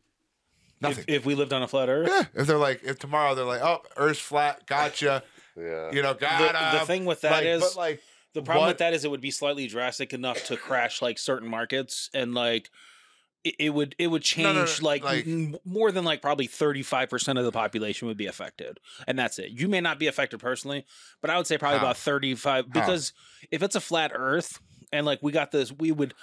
Nothing.
If, if we lived on a flat Earth,
yeah. If they're like, if tomorrow they're like, oh, Earth's flat, gotcha.
Yeah.
You know,
the,
got
the thing with that
like,
is
but like,
the problem
what-
with that is it would be slightly drastic enough to crash like certain markets and like it, it would it would change
No, no, no,
like,
like-
m- more than like probably 35% of the population would be affected and that's it you may not be affected personally but i would say probably
How?
about 35 because if it's a flat earth and like we got this we would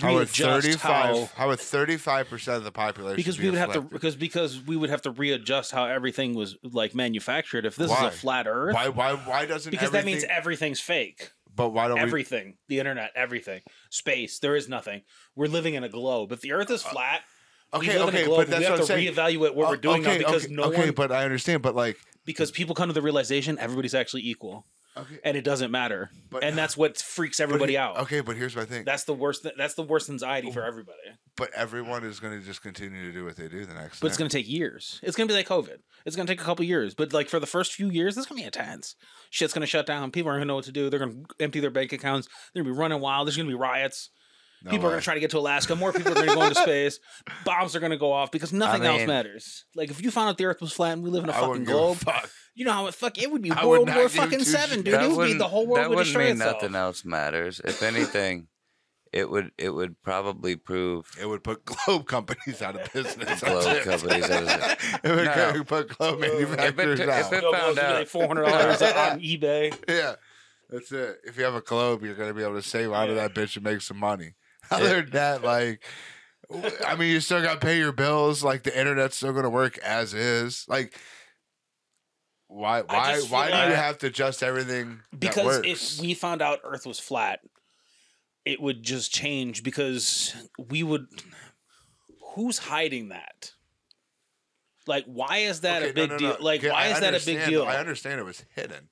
how would
readjust how
thirty-five? How would thirty-five percent of the population?
because
be
we would have to
affected?
because because we would have to readjust how everything was like manufactured if this
Why?
is a flat earth
Why? Why? Why doesn't?
because that means
everything-
everything's fake
But why don't we?
everything the internet everything space there is nothing we're living in a globe if the earth is flat we
Uh, Okay,
live in
okay,
a globe
but
we
that's
have
what
to
I'm saying.
reevaluate what we're
O-
doing
okay,
now because
okay,
no
okay,
one
but I understand. But like,
because people come to the realization everybody's actually equal
okay,
and it doesn't matter
But-
and that's what freaks
but
everybody
he-
out
Okay, Oh. but here's my thing.
that's the worst th- that's the worst anxiety for everybody
but everyone is going to just continue to do what they do the next.
but it's going to take years it's going to be like covid it's going to take a couple years but like for the first few years it's going to be intense shit's going to shut down people aren't going to know what to do they're going to empty their bank accounts they're going to be running wild there's going to be riots
No
people are
way.
going to try to get to Alaska. More people are going
[LAUGHS]
to go into space. Bombs are going to go off because nothing else
mean-
matters. Like if you found out the Earth was flat and we live in a
I
fucking
wouldn't give a
globe,
fuck.
you know how it fuck it would be
I would
World
not
War
give
fucking
two
Seven,
shits.
dude.
That
It would be the whole world
that
would
wouldn't
destroy
mean
itself.
nothing else matters. If anything, it would it would probably prove
It would put globe [LAUGHS] companies out
[LAUGHS]
of business. [LAUGHS]
Globe
That's it.
companies out of-
[LAUGHS] it would
No.
go- put globe manufacturers
if
out.
it-
Go
found
found out
out.
like four hundred
[LAUGHS]
dollars on eBay.
yeah, that's it. If you have a globe, you're gonna be able to save out of
Yeah.
that bitch and make some money. [LAUGHS] Other than that, like, w- I mean, you still got to pay your bills. Like the internet's still gonna work as is. Like, why, why,
just feel
why do you
like-
have to adjust everything? that
Because
works?
if we found out Earth was flat, it would just change because we would. Who's hiding that? Like, why is that
Okay,
a
no,
big
no,
deal?
no.
Like,
Okay,
why
I
is that a big
understand-
deal?
I understand it was hidden,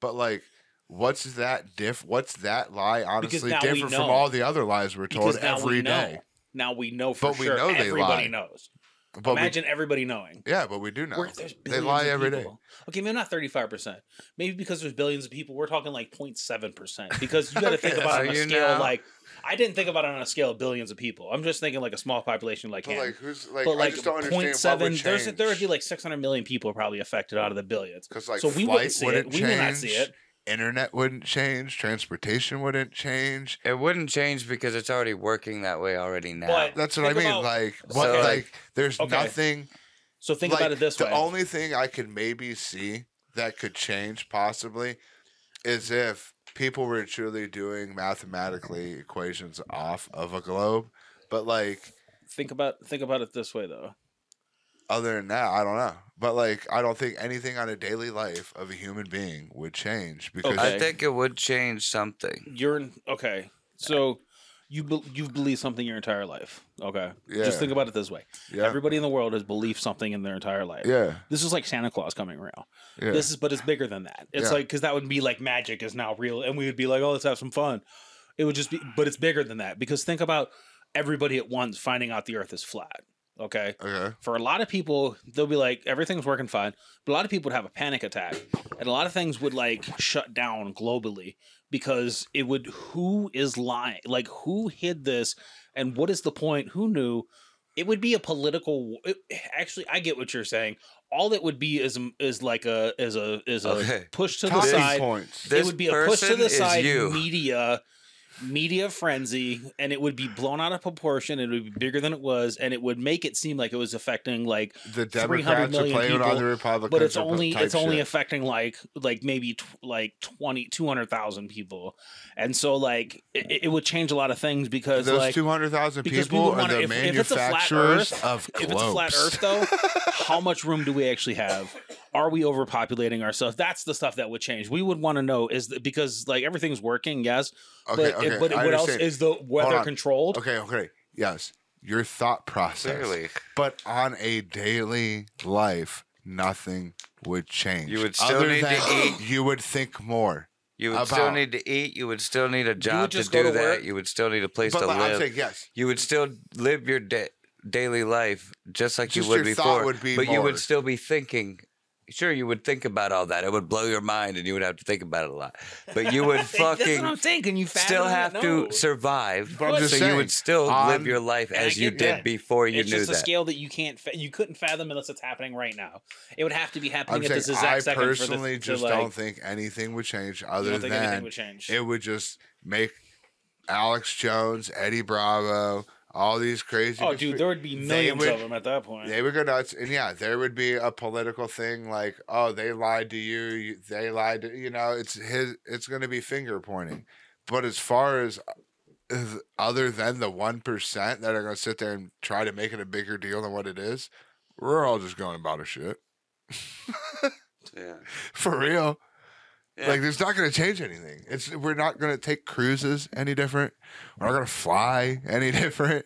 but like, what's that diff? What's that lie? Honestly,
now we
different from
know.
all the other lies we're told
Because now we
every
know.
day.
Now we know for
But we
sure.
know they
Everybody
lie.
knows.
But
Imagine everybody knowing.
we, yeah, but we do know
We're- there's
they
billions
lie
of
every day.
people. Okay, maybe not 35%. Maybe because there's billions of people, we're talking like 0.7%. Because you got to
[LAUGHS]
think
Okay,
about
so
it on
you
a scale
know-
like, I didn't think about it on a scale of billions of people. I'm just thinking like a small population like
But
him.
like, who's like?
but
I
like
just don't understand
0.7, there's, there would be like 600 million people probably affected out of the billions.
because like
so we
flight
wouldn't see it.
wouldn't
We
change.
will not see it.
Internet wouldn't change. Transportation wouldn't change.
it wouldn't change because it's already working that way already now.
But-
That's what
Think
I mean.
about-
like,
So,
what?
like-
like, there's
Okay.
nothing.
So think
Like,
about it this
the
way.
only thing I could maybe see that could change possibly is if people were truly doing mathematically equations off of a globe. But like
think about think about it this way though.
other than that, I don't know. But like I don't think anything on a daily life of a human being would change because
Okay.
I think it would change something.
You're okay. So you be, you've believed something your entire life. Okay.
Yeah.
Just think about it this way.
yeah,
Everybody in the world has believed something in their entire life.
yeah,
This is like Santa Claus coming real.
yeah.
This is, but it's bigger than that. It's
Yeah.
like because that would be like magic is now real, and we would be like, oh, let's have some fun. It would just be, but it's bigger than that because think about everybody at once finding out the Earth is flat. Okay,
okay.
for a lot of people, they'll be like, everything's working fine. But a lot of people would have a panic attack. And a lot of things would like shut down globally because it would, who is lying? Like, who hid this? And what is the point? Who knew? It would be a political. It, actually, I get what you're saying. All it would be is is like a is a is a
Okay.
push to the
Talking
side
points.
This
it would be a push to
person
the
is
side
you.
media media frenzy and it would be blown out of proportion it would be bigger than it was and it would make it seem like it was affecting like
The
300
Democrats are
million
playing on
people,
the Republicans.
but it's
or
only
uh, type
it's only
shit.
affecting like like maybe tw- like 20 200,000 people and so like it, it would change a lot of things because
those
like
two hundred thousand
because we
people
would
are
wanna-
the
if- if it's a flat
manufacturers
Earth-
of
if
globes.
it's a flat earth though how much room do we actually have are we overpopulating ourselves that's the stuff that would change we would want to know is that because like everything's working yes
Okay,
but,
okay,
but
I
what else
understand.
is the weather
on.
controlled
Okay, okay. Yes. Your thought process.
Clearly,
But on a daily life, nothing would change.
You would still need to
[GASPS]
eat.
You would think more.
you would still
About-
need to eat. You would still need a job to
just go
do
to
that.
work.
You would still need a place
But
to
like,
live.
I'm saying, yes.
you would still live your da- daily life just like
Just
you would
your thought
before
would be
but you
more.
would still be thinking sure you would think about all that it would blow your mind and you would have to think about it a lot but you would
[LAUGHS] that's what i'm
fucking
saying can you
still have to survive
But I'm just
so you
saying,
would still live
on-
your life
I
as you
get
did
that.
before you
it's
knew
just a
that
scale that you can't fa- you couldn't fathom unless it's happening right now it would have to be happening
I'm
at this
saying
exact
I
second
personally
for this,
just
to, like,
don't think anything would change
you
other
don't think anything
than
would change
it would just make Alex Jones, Eddie Bravo, all these crazy
oh dude
conspira-
there would be
they
millions
would-
of them at that point
They would go nuts, and yeah, there would be a political thing like, "Oh, they lied to you. you they lied to you know." It's his. It's going to be finger pointing. But as far as as- other than the one percent that are going to sit there and try to make it a bigger deal than what it is, we're all just going about our shit
yeah.
[LAUGHS] for real.
Yeah.
Like, it's not going to change anything. It's we're not going to take cruises any different. We're not going to fly any [LAUGHS] different.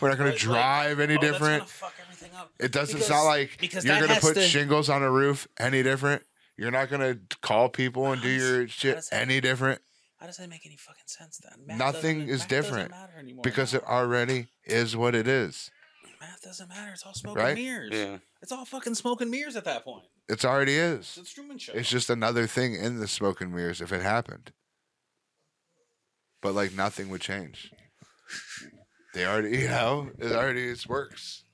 We're not going
Like-
to drive any
Oh, that's gonna
different.
fuck everything up.
It doesn't. it's
Because-
not like
because
you're
that
gonna
has
put
to-
shingles on a roof any different. You're not gonna call people and do
How does-
your
how
shit
does that- Oh,
any different
How does that make any fucking sense then?
Nothing
doesn't-
is
math
different,
Doesn't matter anymore
because
now.
it uh, already is what it is.
math doesn't matter. It's all smoke and
Right?
mirrors.
Yeah.
It's all fucking smoke and mirrors at that point.
It's already
It's
is.
a Truman Show.
It's just another thing in the smoke and mirrors if it happened. But like nothing would change. They already, [LAUGHS] you know, it already it works.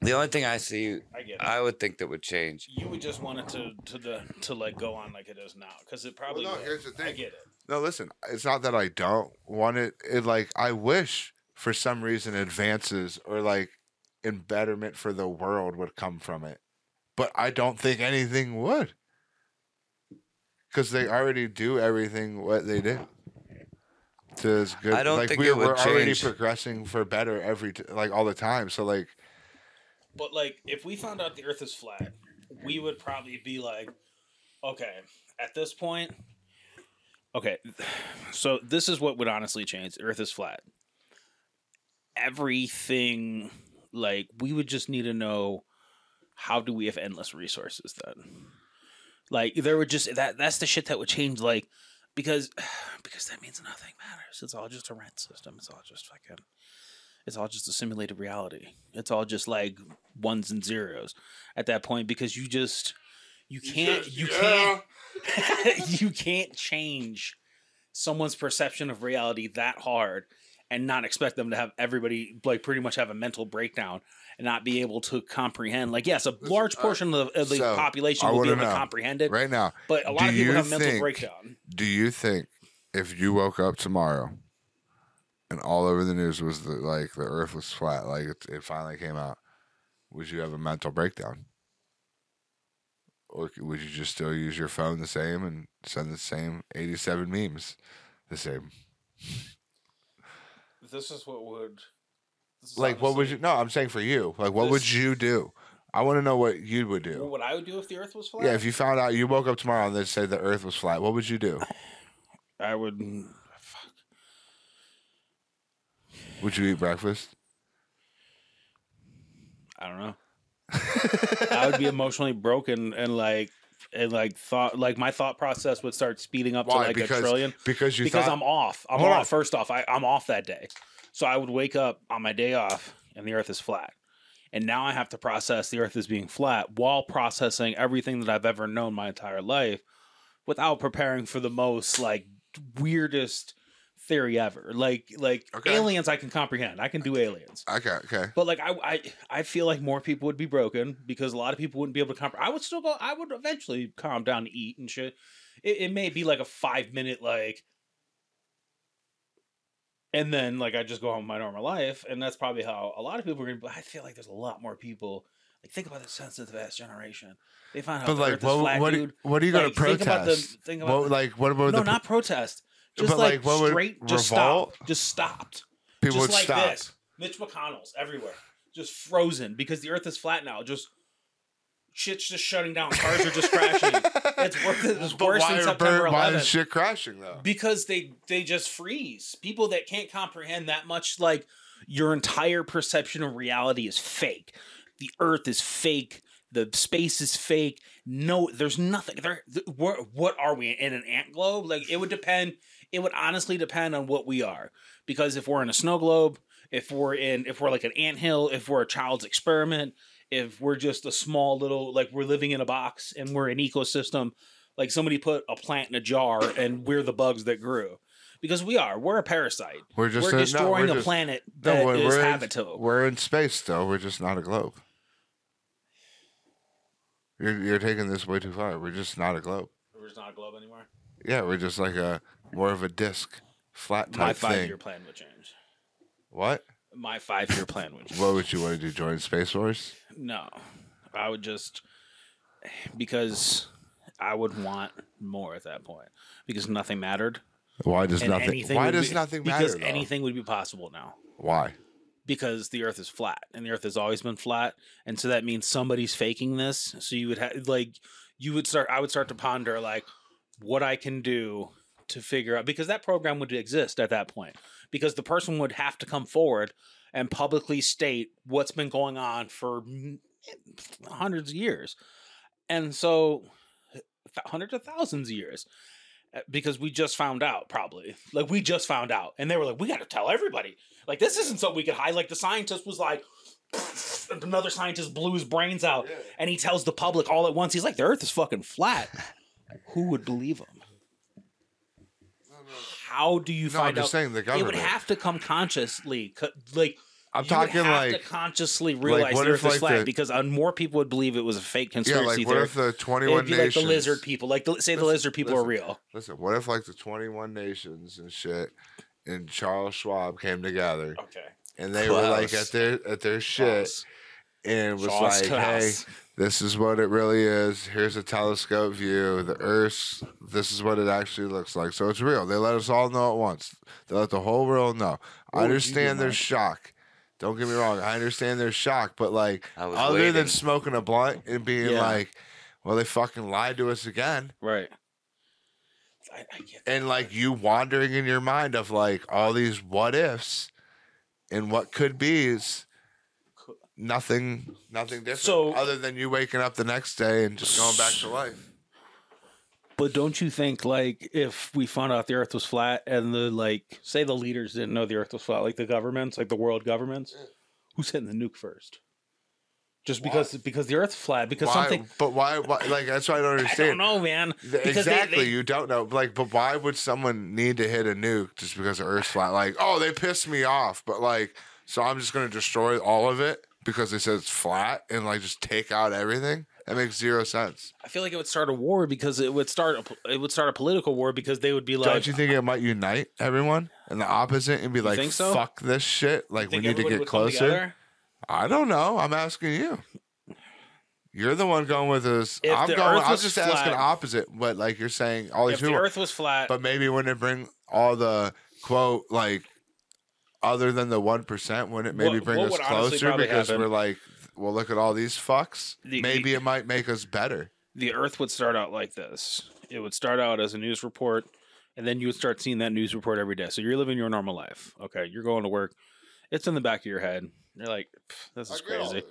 The only thing I see,
I get it.
I would think that would change.
you would just want it to to the to like go on like it is now because it probably.
no,
will.
here's the
I
thing.
get it.
No, listen, it's not that I don't want it. It like I wish for some reason advances or like in betterment for the world would come from it, but I don't think anything would because they already do everything what they do. To as good,
I don't
like
think
we're,
it would
we're already
change.
progressing for better every t- like all the time. So like,
But like, if we found out the Earth is flat, we would probably be like, okay, at this point, okay. [SIGHS] So this is what would honestly change: the Earth is flat. Everything, like, we would just need to know how do we have endless resources then? Like, there would just that that's the shit that would change, like. Because, [SIGHS] because that means nothing matters. It's all just a rent system. It's all just fucking. It's all just a simulated reality. It's all just like ones and zeros at that point because you just you can't you can't [LAUGHS] you can't change someone's perception of reality that hard and not expect them to have everybody like pretty much have a mental breakdown and not be able to comprehend like yes a large
all right.
portion of the, of the
So,
population
I
will be
wanna
able to
know,
comprehend it
right now,
but a lot
do
of people
you
have mental
think-
breakdown
Do you think if you woke up tomorrow and all over the news was that like the Earth was flat, like it, it finally came out, would you have a mental breakdown, or c- would you just still use your phone the same and send the same eighty-seven memes, the same?
this is what would
Like, what would you? No, I'm saying for you. Like, what would
This-
you do? I want to know what you would do.
what i would do if the earth was flat
Yeah, if you found out you woke up tomorrow and they said the Earth was flat, what would you do?
i would fuck
Would you eat breakfast? [LAUGHS]
I don't know. I would be emotionally broken and like and like thought like my thought process would start speeding up to
Why?
like
Because
a trillion
Because you
because
thought
I'm off. I'm
Hold
off.
on.
First off, I, I'm off that day, so I would wake up on my day off and the Earth is flat. And now I have to process the Earth as being flat while processing everything that I've ever known my entire life, without preparing for the most like weirdest theory ever. Like like
Okay.
aliens, I can comprehend. I can do aliens.
okay, okay.
But like I, I I feel like more people would be broken because a lot of people wouldn't be able to comprehend. I would still go. I would eventually calm down and eat and shit. It, it may be like a five minute like, and then like I just go on with my normal life, and that's probably how a lot of people are gonna. be I feel like there's a lot more people. Like think about the sensitive ass generation. They find out
But
the
like,
earth
what,
is flat,
what,
dude.
what are you going
Like,
to
think
protest?
about the- think about
what,
the-
like, what about
No,
the
not protest. Just
But,
like,
like, what would
straight, just
revolt?
stopped. Just stopped.
people
just
would
like
stop?
this. Mitch McConnell's everywhere, just frozen because the Earth is flat now. Just shit's just shutting down. Cars are just crashing.
[LAUGHS]
It's worse. It's
But
worse
why
than
are
September
bird- why is
11th
shit crashing though?
because they they just freeze. People that can't comprehend that much, like your entire perception of reality is fake. The Earth is fake. The space is fake. No, there's nothing. There, th- what, what are we in an ant globe? Like it would depend. It would honestly depend on what we are, because if we're in a snow globe, if we're in, if we're like an ant hill, if we're a child's experiment, if we're just a small little, like we're living in a box and we're an ecosystem, like somebody put a plant in a jar and we're the bugs that grew, because we are. We're a parasite.
We're just
we're
a- no,
destroying
we're
a
just-
planet
No,
that is
we're, we're
habitable.
in, we're in space though. We're just not a globe. You're you're taking this way too far. We're just not a globe.
We're just not a globe anymore.
Yeah, we're just like a more of a disc, flat
My
type
five
thing.
year plan would change.
What?
My five year plan would change.
What would you want to do? Join Space Wars?
No, I would just because I would want more at that point because nothing mattered.
Why does
And
nothing?
anything
Why
would
does
be-
nothing matter?
because
though?
anything would be possible now
Why?
because the earth is flat and the earth has always been flat and so that means somebody's faking this so you would have like you would start i would start to ponder like what i can do to figure out because that program would exist at that point because the person would have to come forward and publicly state what's been going on for mm, hundreds of years and so th- hundreds of thousands of years Uh, because we just found out probably like we just found out and they were like we got to tell everybody like this isn't something we could hide like the scientist was like [LAUGHS] and another scientist blew his brains out and he tells the public all at once he's like the earth is fucking flat who would believe him how do you
No, I'm
find
just
out?
saying the
It would
government.
have to come consciously, co- like
I'm
you
talking
would have
like-
to consciously realize
what
the
if,
Earth is
like,
flat
the-
because uh, more people would believe it was a fake
yeah,
conspiracy
like what
theory.
if the
it would
21
be
nations
like the lizard people, like the, say the
Listen,
lizard people are real.
Listen, what if like the 21 nations and shit and Charles Schwab came together
Okay,
and they were like
Klaus.
at their at their shit and was
Charles
like, hey,
Klaus.
this is what it really is. Here's a telescope view. The Earth's, this is what it actually looks like. So it's real. They let us all know at once. They let the whole world know. I
What would you do,
understand their
Mike?
shock. Don't get me wrong. I understand their shock, but like,
I was
other than
waiting.
smoking a blunt and being
Yeah.
like, well, they fucking lied to us again.
[LAUGHS] right? I, I get
And like you wandering in your mind of like all these what ifs and what could be's. Nothing, nothing different.
So-
other than you waking up the next day and just going back to life.
[SIGHS] But don't you think like if we found out the earth was flat and the like say the leaders didn't know the earth was flat, like the governments, like the world governments, who's hitting the nuke first? Just because because the earth's flat, because
why,
something
But why, why? Like that's what I don't
I
understand.
don't know, man.
Th-
Because they-
exactly,
they-
you don't know. Like, but why would someone need to hit a nuke just because the Earth's flat? Like, oh, they pissed me off, but like, so I'm just gonna destroy all of it because they said it's flat and like just take out everything. That makes zero sense.
I feel like it would start a war because it would start a, po- it would start a political war because they would be like
don't you think it might unite everyone and the opposite and be like,
think so?
fuck this shit? Like, we
think
need to
everybody
get
would come
closer.
together?
I don't know. I'm asking you. You're the one going with us.
If
I'm
the
going.
Earth
I was
was
just
flat-
asking opposite, but like you're saying, all these
If the
people.
earth was flat,
but maybe when it bring all the quote like other than the one percent wouldn't it maybe
What-
bring
what
us
would honestly
closer
probably
because
happen-
we're like well look at all these fucks
The-
maybe it might make us better
the earth would start out like this it would start out as a news report and then you would start seeing that news report every day so you're living your normal life okay you're going to work it's in the back of your head you're like "Pff, this is crazy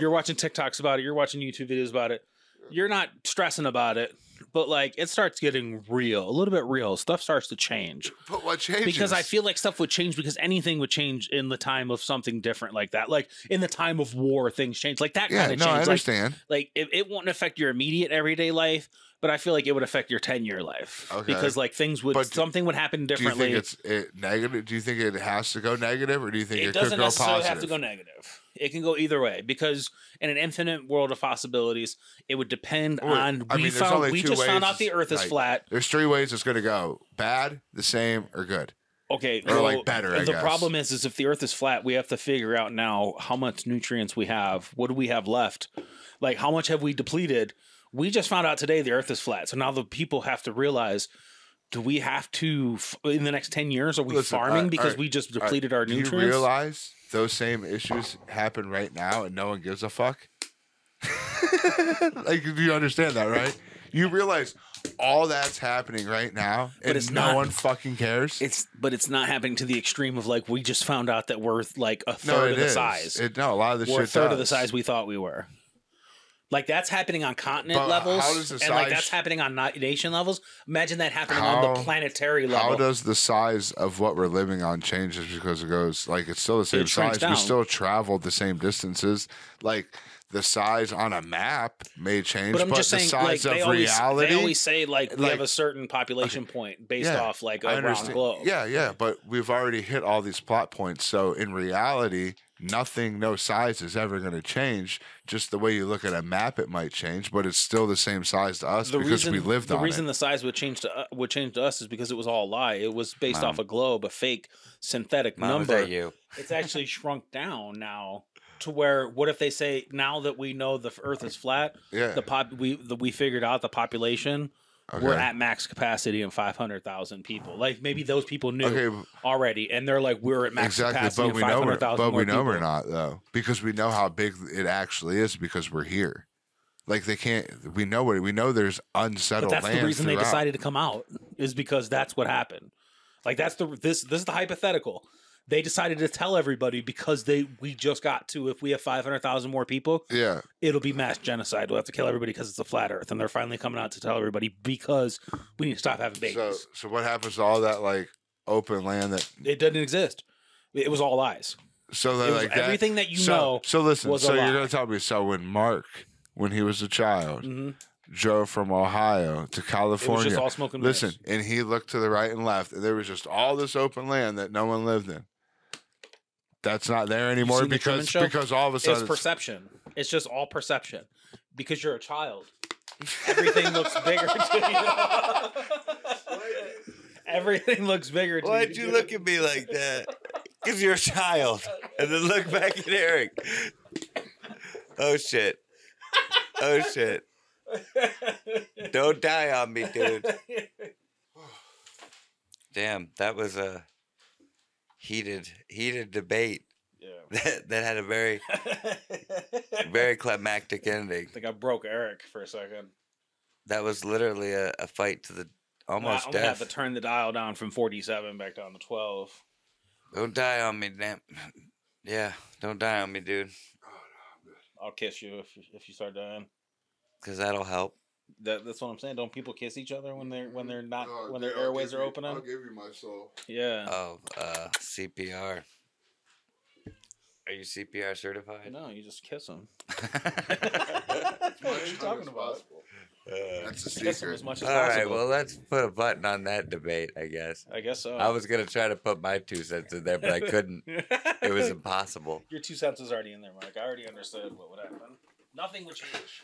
you're watching tiktoks about it you're watching youtube videos about it you're not stressing about it but like it starts getting real a little bit real stuff starts to change
but what changes
because i feel like stuff would change because anything would change in the time of something different like that like in the time of war things change like that
yeah
kind of
no i
change like
understand
like it, it won't affect your immediate everyday life but i feel like it would affect your 10 year life
Okay.
because like things would
But do-
something would happen
do you
differently
think it's it negative do you think it has to go negative or do you think it,
it
could
doesn't
go
necessarily
positive
have to go negative it can go either way because in an infinite world of possibilities it would depend
Well,
on
I
we
mean, there's
found
only
we
two
just found
ways
out the
it's-
earth is
right.
flat
there's three ways it's going to go bad the same or good
okay
Or, like,
well,
better, I
the
guess.
problem is is if the earth is flat we have to figure out now how much nutrients we have what do we have left like how much have we depleted we just found out today the earth is flat so now the people have to realize do we have to f- in the next 10 years are we
Listen,
farming
I-
because
I-
we just
I-
depleted our
do you
nutrients
realize those same issues happen right now and no one gives a fuck? [LAUGHS] like, do you understand that, right? You realize all that's happening right now and
it's
no
not-
one fucking cares?
it's but it's not happening to the extreme of like we just found out that we're like a
no,
third
it
of the
is.
size
It, no, a lot of the
we're a
shit
third of the
does.
size we thought we were like that's happening on continent
But how
levels
does the
and like
size-
that's happening on na- nation levels imagine that happening on
How-
the planetary
How
level
does the size of what we're living on change just because it goes like it's still the same
It shrinks
size? We
down.
still traveled the same distances. Like the size on a map may change,
but
but,
i'm just
the
saying like
size
they
of
always,
reality.
they always say like we
like-
have a certain population point based
Yeah,
off like
I
a round
understand.
globe
Yeah, yeah, but we've already hit all these plot points. So in reality, nothing, no size is ever going to change. Just the way you look at a map, it might change, but it's still the same size to us
the
because
reason
we lived
the
on
reason
it.
the size would change to uh, would change to us is because it was all a lie. It was based
Mom.
off a globe, a fake synthetic
Mom, is
number.
that you?
It's actually shrunk down now to where what if they say now that we know the Earth is flat,
Yeah.
the pop we the, we figured out the population we're
Okay.
at max capacity and five hundred thousand people. Like maybe those people knew
Okay, b-
already, and they're like we're at max
exactly,
capacity
but
and
we
five
know we're
hundred thousand.
but we know we're not though because we know how big it actually is because we're here. Like they can't. We know it. We know there's
But
unsettled
that's
land.
the reason they
throughout.
decided to come out is because that's what happened. Like that's the this this is the hypothetical. They decided to tell everybody because they we just got to if we have five hundred thousand more people,
Yeah,
it'll be mass genocide. We'll have to kill everybody because it's a flat Earth, and they're finally coming out to tell everybody because we need to stop having
So,
babies.
so what happens to all that like open land that?
it doesn't exist. It was all lies.
So
It
that
was
like that,
everything that you
so,
know.
So listen,
was a
so you're
lie.
gonna tell me so when Mark, when he was a child,
Mhm.
Joe from Ohio to
It was
California.
just all smoking. mirrors.
Listen, and he looked to the right and left, and there was just all this open land that no one lived in. That's not there anymore
seen The Truman
because
Show?
because all of a
it's
sudden it's-
perception. It's just all perception because you're a child. Everything looks bigger to
[LAUGHS]
you. Everything looks bigger to
Why'd you look at me [LAUGHS] like that? Because you're a child. And then look back at Eric. Oh shit. Oh shit. Don't die on me, dude. Damn, that was a heated heated debate [LAUGHS]
[LAUGHS] yeah. [LAUGHS]
that, that had a very
I
very climactic ending.
think I broke Eric for a second.
That was literally a, a fight to the almost
I'm gonna have
death.
to turn the dial down from 47 back down to 12.
don't die on me, damn. Yeah, don't die on me, dude.
I'll kiss you if if you start dying.
Because that'll help.
That, that's what I'm saying. Don't people kiss each other when they're when they're not
Oh,
when their
I'll
airways
give
are
you-
opening?
I'll give you my soul.
Yeah.
of uh, CPR. Are you CPR certified?
no, you just
[LAUGHS]
kiss them.
As
[LAUGHS] That's
much time as possible. That's the
Kiss them
secret.
as much as
All right,
possible.
well, let's put a button on that debate, I guess.
I guess so. [LAUGHS]
I was going to try to put my two cents in there, but I couldn't. It was
[LAUGHS]
impossible.
your two cents is already in there, Mike. I already understood what would happen. Nothing would change.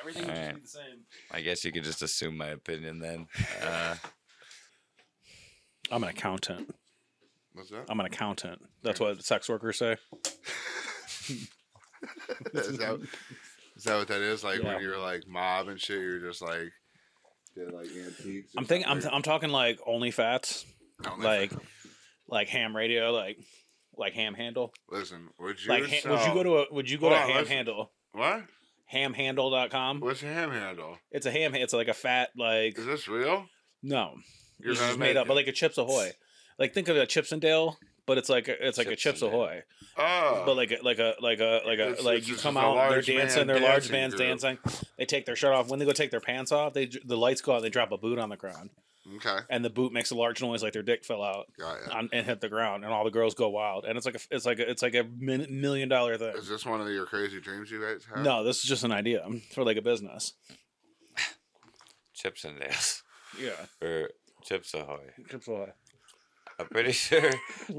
Everything would just
Alright.
be the same.
I guess you could just assume my opinion then. Uh,
I'm an accountant.
What's that?
[LAUGHS]
[LAUGHS]
I'm an accountant. That's what sex workers say.
is, that, is that what that is? Like
Yeah.
when you're like mob and shit, you're just like did like antiques. or
I'm thinking. I'm
something?
I'm talking like only fats,
I don't know if
like
I-
like ham radio, like like ham handle.
listen, would you
Like ha- would you go to a would you go
Hold
to
on,
ham
let's-
handle?
what?
Hamhandle.com.
What's your ham handle?
It's a ham. It's like a fat like
Is this real?
no.
You're
It's
gonna
just
make
made up,
it.
but like a Chips Ahoy. Like think of a Chips and Dale, but it's like a, it's like
Chips
a Chips
and Dale.
Ahoy.
Oh,
but like a like a like a like a
It's-
like
it's
you
just
come
a
out they're
large man
dancing they're large
dancing
bands
group.
dancing they take their shirt off when they go take their pants off they the lights go out they drop a boot on the ground
okay,
and the boot makes a large noise like their dick fell out
got it.
on, and hit the ground and all the girls go wild and it's like a it's like a, it's like a min, million dollar thing
Is this one of your crazy dreams you guys have?
no this is just an idea for like a business
chips and Dales.
yeah
[LAUGHS] Or Chips Ahoy.
Chips Ahoy.
I'm pretty sure.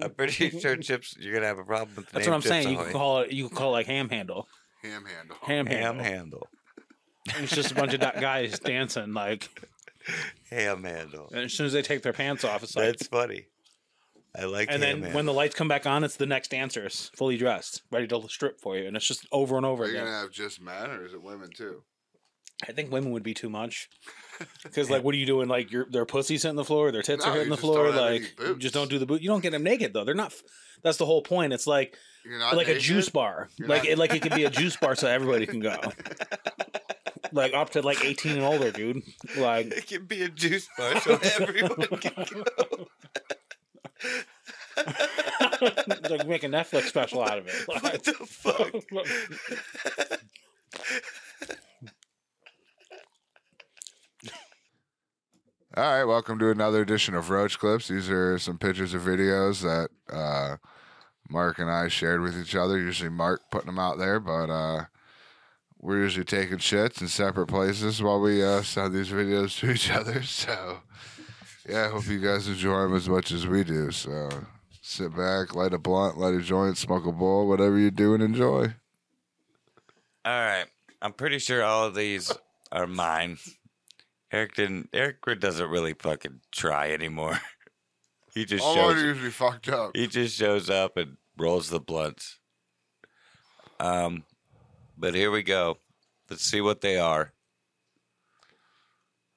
I'm pretty
[LAUGHS]
sure chips. You're gonna have a problem with the
that's
name
what i'm
Chips
saying you
Ahoy.
can call it you can call it like ham handle
Ham handle.
ham
ham
handle
handle.
it's just a bunch of
[LAUGHS]
da- guys dancing like
Ham handle.
and as soon as they take their pants off it's like
That's funny. I like.
and
ham
then
handle.
when the lights come back on, it's the next dancers, fully dressed, ready to strip for you, and it's just over and over
Are you
again.
gonna have just men or is it women too?
I think women would be
[LAUGHS]
too much because, like, what are you doing? Like, your their pussy's hitting the floor, their tits
No,
are
you
hitting the
just
floor.
don't have any
Like, you just don't
boots.
do the boot. You don't get them naked though. They're not. f- That's the whole point. It's like
You're not
like
naked?
a juice bar.
You're
like
not-
it like it could be a juice bar so everybody
[LAUGHS]
can go. like up to like eighteen and older, dude. Like [LAUGHS]
It can be a juice bar [LAUGHS] so everyone can go.
it's like make a Netflix special out
[LAUGHS]
of it.
What the fuck?
[LAUGHS]
All right, welcome to another edition of Roach Clips. These are some pictures and videos that uh, Mark and I shared with each other. Usually, Mark putting them out there, but uh, we're usually taking shits in separate places while we uh, send these videos [LAUGHS] to each other. So, yeah, I hope you guys enjoy them as much as we do. So, sit back, light a blunt, light a joint, smoke a bowl, whatever you do, and enjoy.
All right. I'm pretty sure all of these are mine. Eric didn't. Eric doesn't really fucking try anymore. [LAUGHS] He just
All
shows.
order usually fucked up.
He just shows up and rolls the blunts. Um, but here we go. Let's see what they are.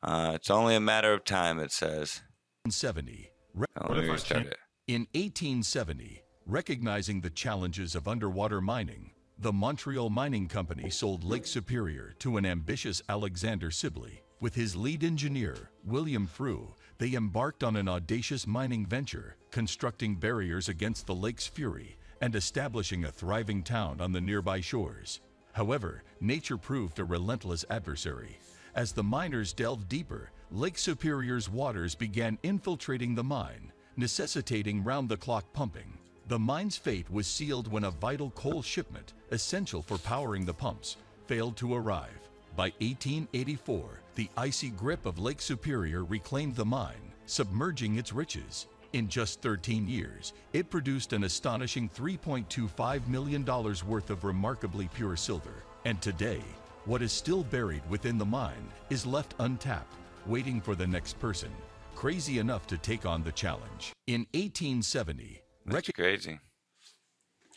Uh, it's only a matter of time. It says.
1870. Re-
Oh, let me restart it.
In 1870, recognizing the challenges of underwater mining, the Montreal Mining Company sold Lake Superior to an ambitious Alexander Sibley. With his lead engineer, William Frew, they embarked on an audacious mining venture, constructing barriers against the lake's fury and establishing a thriving town on the nearby shores. However, nature proved a relentless adversary. As the miners delved deeper, Lake Superior's waters began infiltrating the mine, necessitating round the clock pumping. The mine's fate was sealed when a vital coal shipment, essential for powering the pumps, failed to arrive. By 1884, the icy grip of Lake Superior reclaimed the mine, submerging its riches. In just 13 years, it produced an astonishing $3.25 million worth of remarkably pure silver. And today, what is still buried within the mine is left untapped, waiting for the next person, crazy enough to take on the challenge. In 1870,
That's crazy.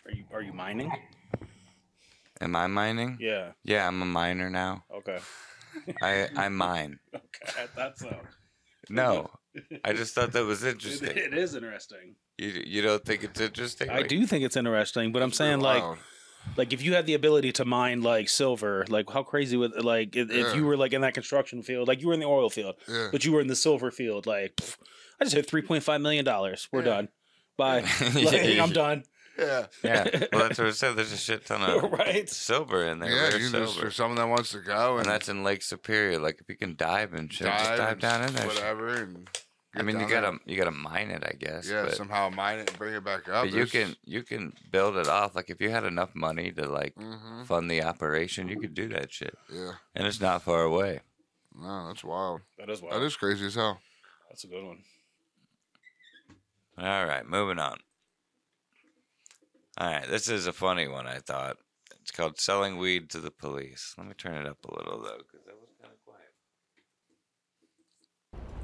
Are you are you mining?
Am I mining?
Yeah.
Yeah, I'm a miner now.
Okay.
I I mine.
Okay. I thought so.
No, I just thought that was interesting.
[LAUGHS] it is interesting.
You you don't think it's interesting?
I
Like,
do think it's interesting, but I'm saying like
Wow.
like if you had the ability to mine like silver, like how crazy would like if, if
Yeah.
you were like in that construction field, like you were in the oil field,
Yeah.
but you were in the silver field, like pff, I just hit 3.5 million dollars. We're
Yeah.
done. Bye.
[LAUGHS] Yeah,
[LAUGHS] Like,
you-
I'm done.
yeah.
Yeah. Well, that's what I said. There's a shit ton of
[LAUGHS] Right.
silver in there.
Yeah,
rare
you just
silver.
for someone that wants to go and,
And that's in Lake Superior. Like if you can dive and shit,
dive,
just dive
and
down in there.
whatever. And
I
get
mean, you
down
gotta you gotta mine it, I guess.
there. yeah,
but,
somehow mine it and bring it back up.
but you can you can build it off. Like if you had enough money to like
hmm
fund the operation, you could do that shit.
Yeah,
And it's not far away.
no, that's wild.
That is
That is crazy as hell.
That's a good one.
All right, moving on. All right, this is a funny one. I thought it's called "Selling Weed to the Police." Let me turn it up a little though, because that was kind of quiet.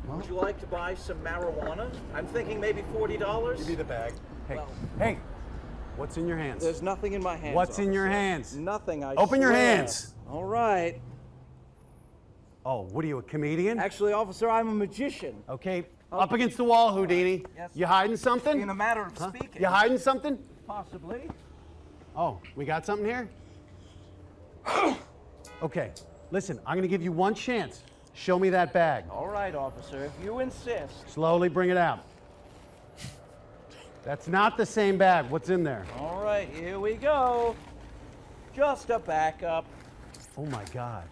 Would you like to buy some marijuana? I'm thinking maybe forty dollars.
Give me the bag. Hey, hey, what's in your hands?
There's nothing in my hands.
What's in your
officer.
hands?
Nothing. I
Open your
swear.
hands.
All right.
Oh, what are you, a comedian?
Actually, officer, I'm a magician.
Okay,
Oh,
up against the wall, Houdini.
Yes.
You hiding something?
In a matter of
Huh?
speaking,
You hiding something?
possibly.
Oh, we got
[COUGHS]
something here? okay, listen, I'm gonna give you one chance. Show me that bag.
All right, officer. If you insist.
Slowly bring it out. That's not the same bag. What's in there?
All right, here we go. Just a backup.
Oh my God.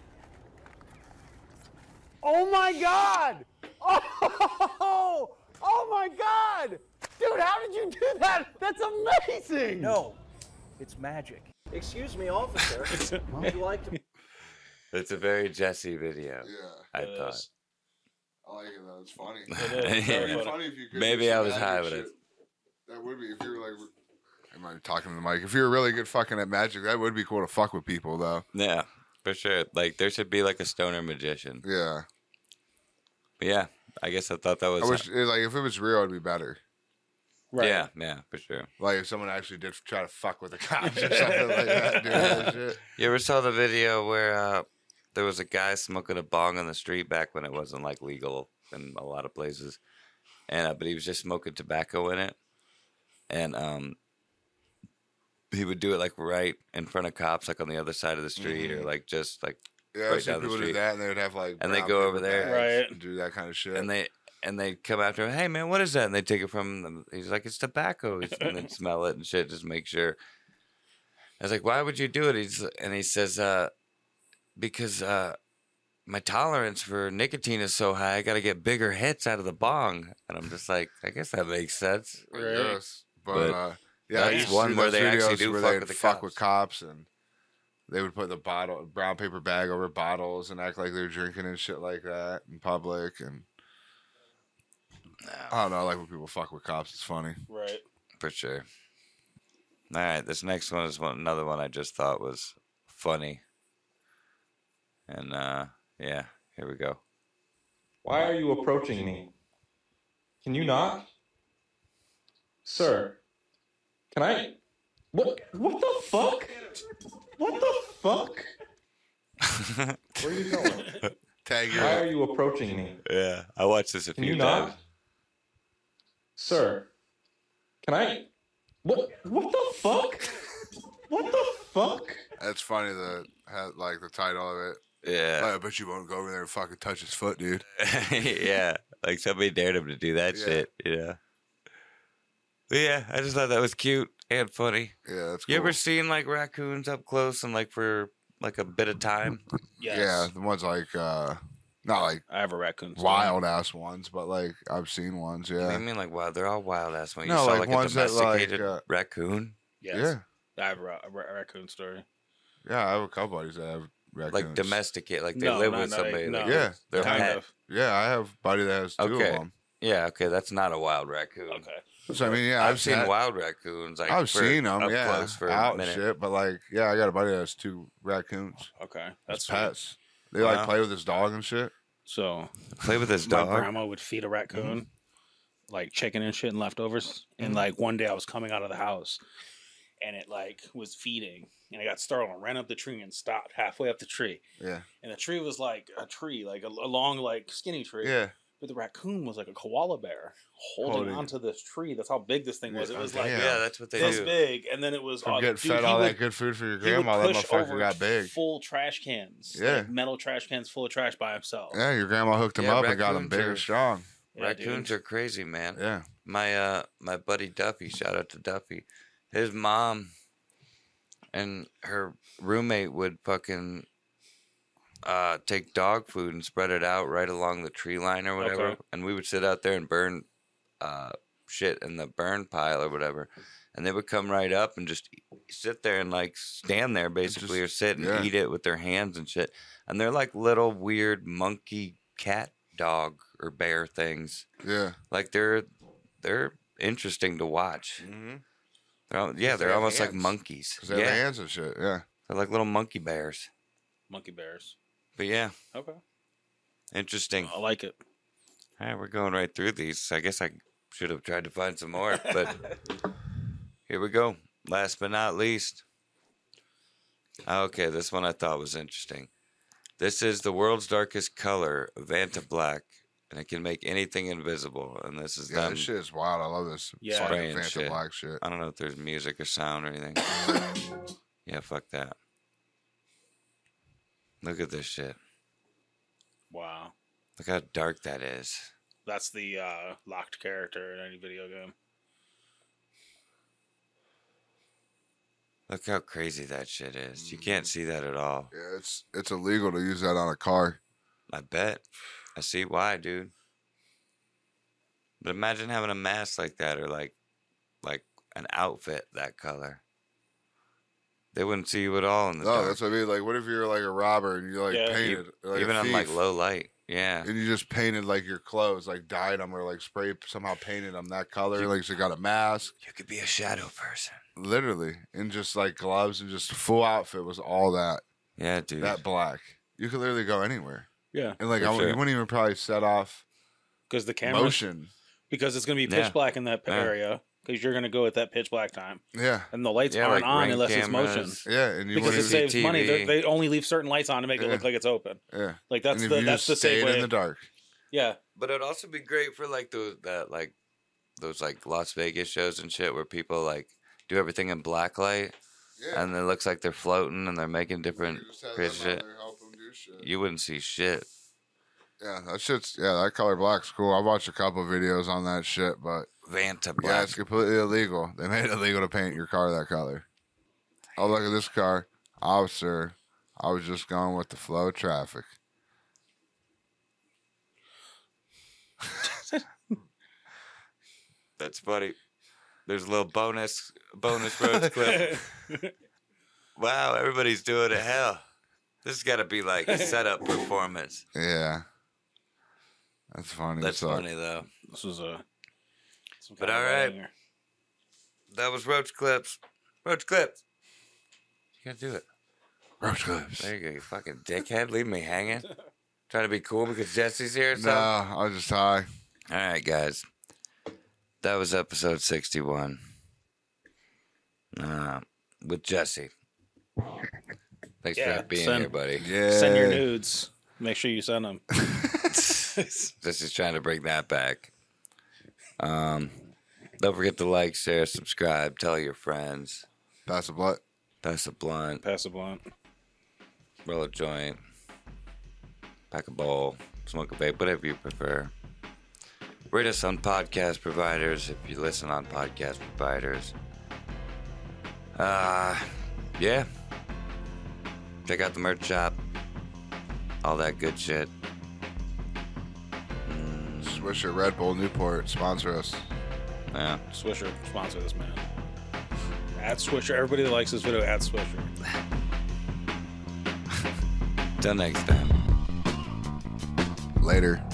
Oh my God! Oh! [LAUGHS] Oh my God! Dude, how did you do that? That's amazing!
No, it's magic. Excuse me, [LAUGHS] officer. Would you like to?
It's a very Jesse video.
Yeah,
I
It
thought.
is.
I like it. though. It's
[LAUGHS]
funny.
is.
That'd
Yeah.
be funny if you could
Maybe
do some
I was
magic
high with
shit.
it.
That would be if you were like. Am I talking to the mic? If you're really good fucking at magic, that would be cool to fuck with people though.
Yeah, for sure. Like there should be like a stoner magician.
Yeah,
But yeah, I guess I thought that was.
I wish it- like if it was real, it'd be better.
Right.
Yeah, yeah, for sure.
Like if someone actually did try to fuck [LAUGHS] with the
[LAUGHS]
cops or something like that. Dude, that shit.
You ever saw the video where uh, there was a guy smoking a bong on the street back when it wasn't like legal in a lot of places, and uh, but he was just smoking tobacco in it, and um, he would do it like right in front of cops, like on the other side of the street, or like just like,
Yeah,
Right
I've seen
down the
people do
street.
that, and they would have like
And they
brown
go
paper
over there.
bags
Right.
and do that kind of shit.
and they. And they come after him. Hey man, what is that? And they take it from him. He's like, it's tobacco. He's- and then smell it and shit. Just make sure. I was like, why would you do it? He's and he says, uh, because uh, my tolerance for nicotine is so high, I got to get bigger hits out of the bong. And I'm just like, I guess that makes sense.
I
Right.
guess. But,
But
uh, yeah, I
that's
used to
one
see
where
those
they actually
videos
do
where
fuck
they'd
with the
fuck with cops, and they would put the bottle, brown paper bag over bottles, and act like they're drinking and shit like that in public. And I don't know, I like when people fuck with cops. It's funny.
Right.
For sure. All right, this next one is one another one I just thought was funny. And uh, yeah, here we go.
Why are you approaching me? Can you not? Sir. Can I What what the fuck? What the fuck? Where are you going?
Tag
Why are
your
you approaching me?
Yeah, I watched this a
Can
few
you
times.
not? Sir. Can I What what the fuck? What the fuck?
That's funny. The had like the title of it.
Yeah,
Like, I bet you won't go over there and fucking touch his foot, dude.
[LAUGHS] yeah. Like somebody dared him to do that
Yeah.
shit. Yeah. But yeah, I just thought that was cute and funny.
Yeah, that's cool.
You ever seen like raccoons up close and like for like a bit of time?
Yes.
Yeah, the ones like uh, not like
I have a raccoon. story.
wild ass ones, but like I've seen ones.
What do
Yeah,
you mean like wow, they're all wild ass ones. You
No,
saw
like,
like, a
ones that, like,
domesticated
uh,
raccoon.
Yes.
yeah.
I have a, ra- a ra- raccoon story.
Yeah, I have a couple buddies that have raccoons.
like domesticate, like they
No,
live
no,
with
no,
somebody.
no.
like,
Yeah,
they're
kind
pet.
of.
yeah. I have a buddy that has two
Okay.
of them.
Yeah, okay, that's not a wild raccoon.
Okay.
So I mean, yeah,
I've,
I've,
seen
had-
wild raccoons. Like
I've
for-
seen them.
up
Yeah,
close for
out
a
and
minute. Oh,
shit. But like, yeah, I got a buddy that has two raccoons.
Okay.
That's
That's
pets. They
Wow.
like play with his dog and shit.
So
Play with this
my
dog.
grandma would feed a raccoon like chicken and shit and leftovers. And like one day I was coming out of the house and it like was feeding and I got startled and ran up the tree and stopped halfway up the tree.
Yeah,
And the tree was like a tree, like a, a long, like skinny tree.
yeah.
But the raccoon was like a koala bear holding,
Holding.
onto this tree. That's how big this thing was. It
Yeah,
was
okay.
like
Yeah.
yeah, that's what they
this
do.
big. And then it was
From
oh,
getting
dude,
fed
he
all
would-
that good food for your
he would
grandma, that
push
motherfucker
over
got big.
Full trash cans. like
Yeah.
metal trash cans full of trash by himself.
Yeah, your grandma hooked him
Yeah,
up and got him
raccoons
big
are-
and strong.
Yeah, dude.
Raccoons are crazy, man.
Yeah,
My uh my buddy Duffy, shout out to Duffy. His mom and her roommate would fucking uh take dog food and spread it out right along the tree line or whatever.
Okay.
And we would sit out there and burn uh shit in the burn pile or whatever. And they would come right up and just e- sit there and like stand there basically or sit and
yeah.
eat it with their hands and shit. And they're like little weird monkey cat dog or bear things
yeah.
like they're they're interesting to watch.
Mm-hmm.
They're, al- yeah,
they
they're
have
almost like
hands.
monkeys.
Cause they
Yeah,
have hands and shit. Yeah,
they're like little monkey bears.
Monkey bears.
But yeah,
Okay.
interesting.
I like it.
All right, we're going right through these. I guess I should have tried to find some more,
[LAUGHS]
but here we go. Last but not least. Okay, this one I thought was interesting. This is the world's darkest color, Vanta Black, and it can make anything invisible. And this is
yeah.
them.
this shit is wild. I love this.
Um, Yeah.
fucking
Spraying
Phantom
shit.
Black shit.
I don't know if there's music or sound or [COUGHS] anything. yeah, fuck that. Look at this shit.
Wow.
Look how dark that is.
That's the uh, locked character in any video game.
Look how crazy that shit is. You can't see that at all.
Yeah, it's it's illegal to use that on a car.
I bet. I see why, dude. But imagine having a mask like that or like like an outfit that color. They wouldn't see you at all in the
No,
dark.
that's what I mean. Like, what if you're like a robber and you like
Yeah.
E-
painted, like a
even on like
thief,
low light. Yeah.
and you just painted like your clothes, like dyed them or like spray somehow painted them that color, like so you got a mask,
You could be a shadow person.
literally, and just like gloves and just full outfit was all that
Yeah, dude.
that black. You could literally go anywhere,
Yeah.
and like
For
I, wou-
sure.
you wouldn't even probably set off
Because the camera.
motion.
Because it's going to be pitch
Yeah.
black in that
Yeah.
area. Because you're going to go at that pitch black time.
Yeah,
And the lights
Yeah,
aren't
like
on
ring
unless it's motion.
cameras.
yeah, and you
Because it
wouldn't.
say-
Even,
saves money. They,
CCTV.
they only leave certain lights on to make it look
Yeah.
like it's open.
yeah,
Like that's
and if
the
you
that's
just
the safe
stayed
way.
in the dark.
yeah.
But it'd also be great for like those that like those like Las Vegas shows and shit where people like do everything in black light
Yeah,
and it looks like they're floating and they're making different crazy shit. You wouldn't see shit.
Yeah, that shit's yeah, that color black's cool. I watched a couple videos on that shit, but
Vanta
yeah,
black.
it's completely illegal. They made it illegal to paint your car that color. Oh, look at this car, officer. I was just going with the flow of traffic.
That's funny. There's a little bonus bonus [LAUGHS] road clip. Wow, everybody's doing it. Hell, this has got to be like a setup performance.
Yeah, that's funny.
That's
So,
funny though.
This was a. some
But
kind of
all right.
banger.
That was Roach Clips. Roach Clips. You gotta do it.
Roach clips.
There you go, you fucking dickhead. Leave me hanging. Trying to be cool because Jesse's here. or
No,
something?
I was just high.
All right, guys. That was episode 61 uh, with Jesse. Thanks
Yeah,
for being
send-
here, buddy.
Yeah.
Send your nudes. Make sure you send them.
This is trying to bring that back. Um, don't forget to like, share, subscribe, tell your friends.
Pass the blunt.
That's a blunt,
Pass a blunt.
roll a joint, pack a bowl, smoke a vape, whatever you prefer. Rate us on podcast providers if you listen on podcast providers. Uh, yeah. Check out the merch shop. All that good shit.
Swisher Red Bull Newport sponsor us.
Yeah.
Swisher, sponsor this man. At Swisher, everybody that likes this video, at Swisher.
Till next time.
Later.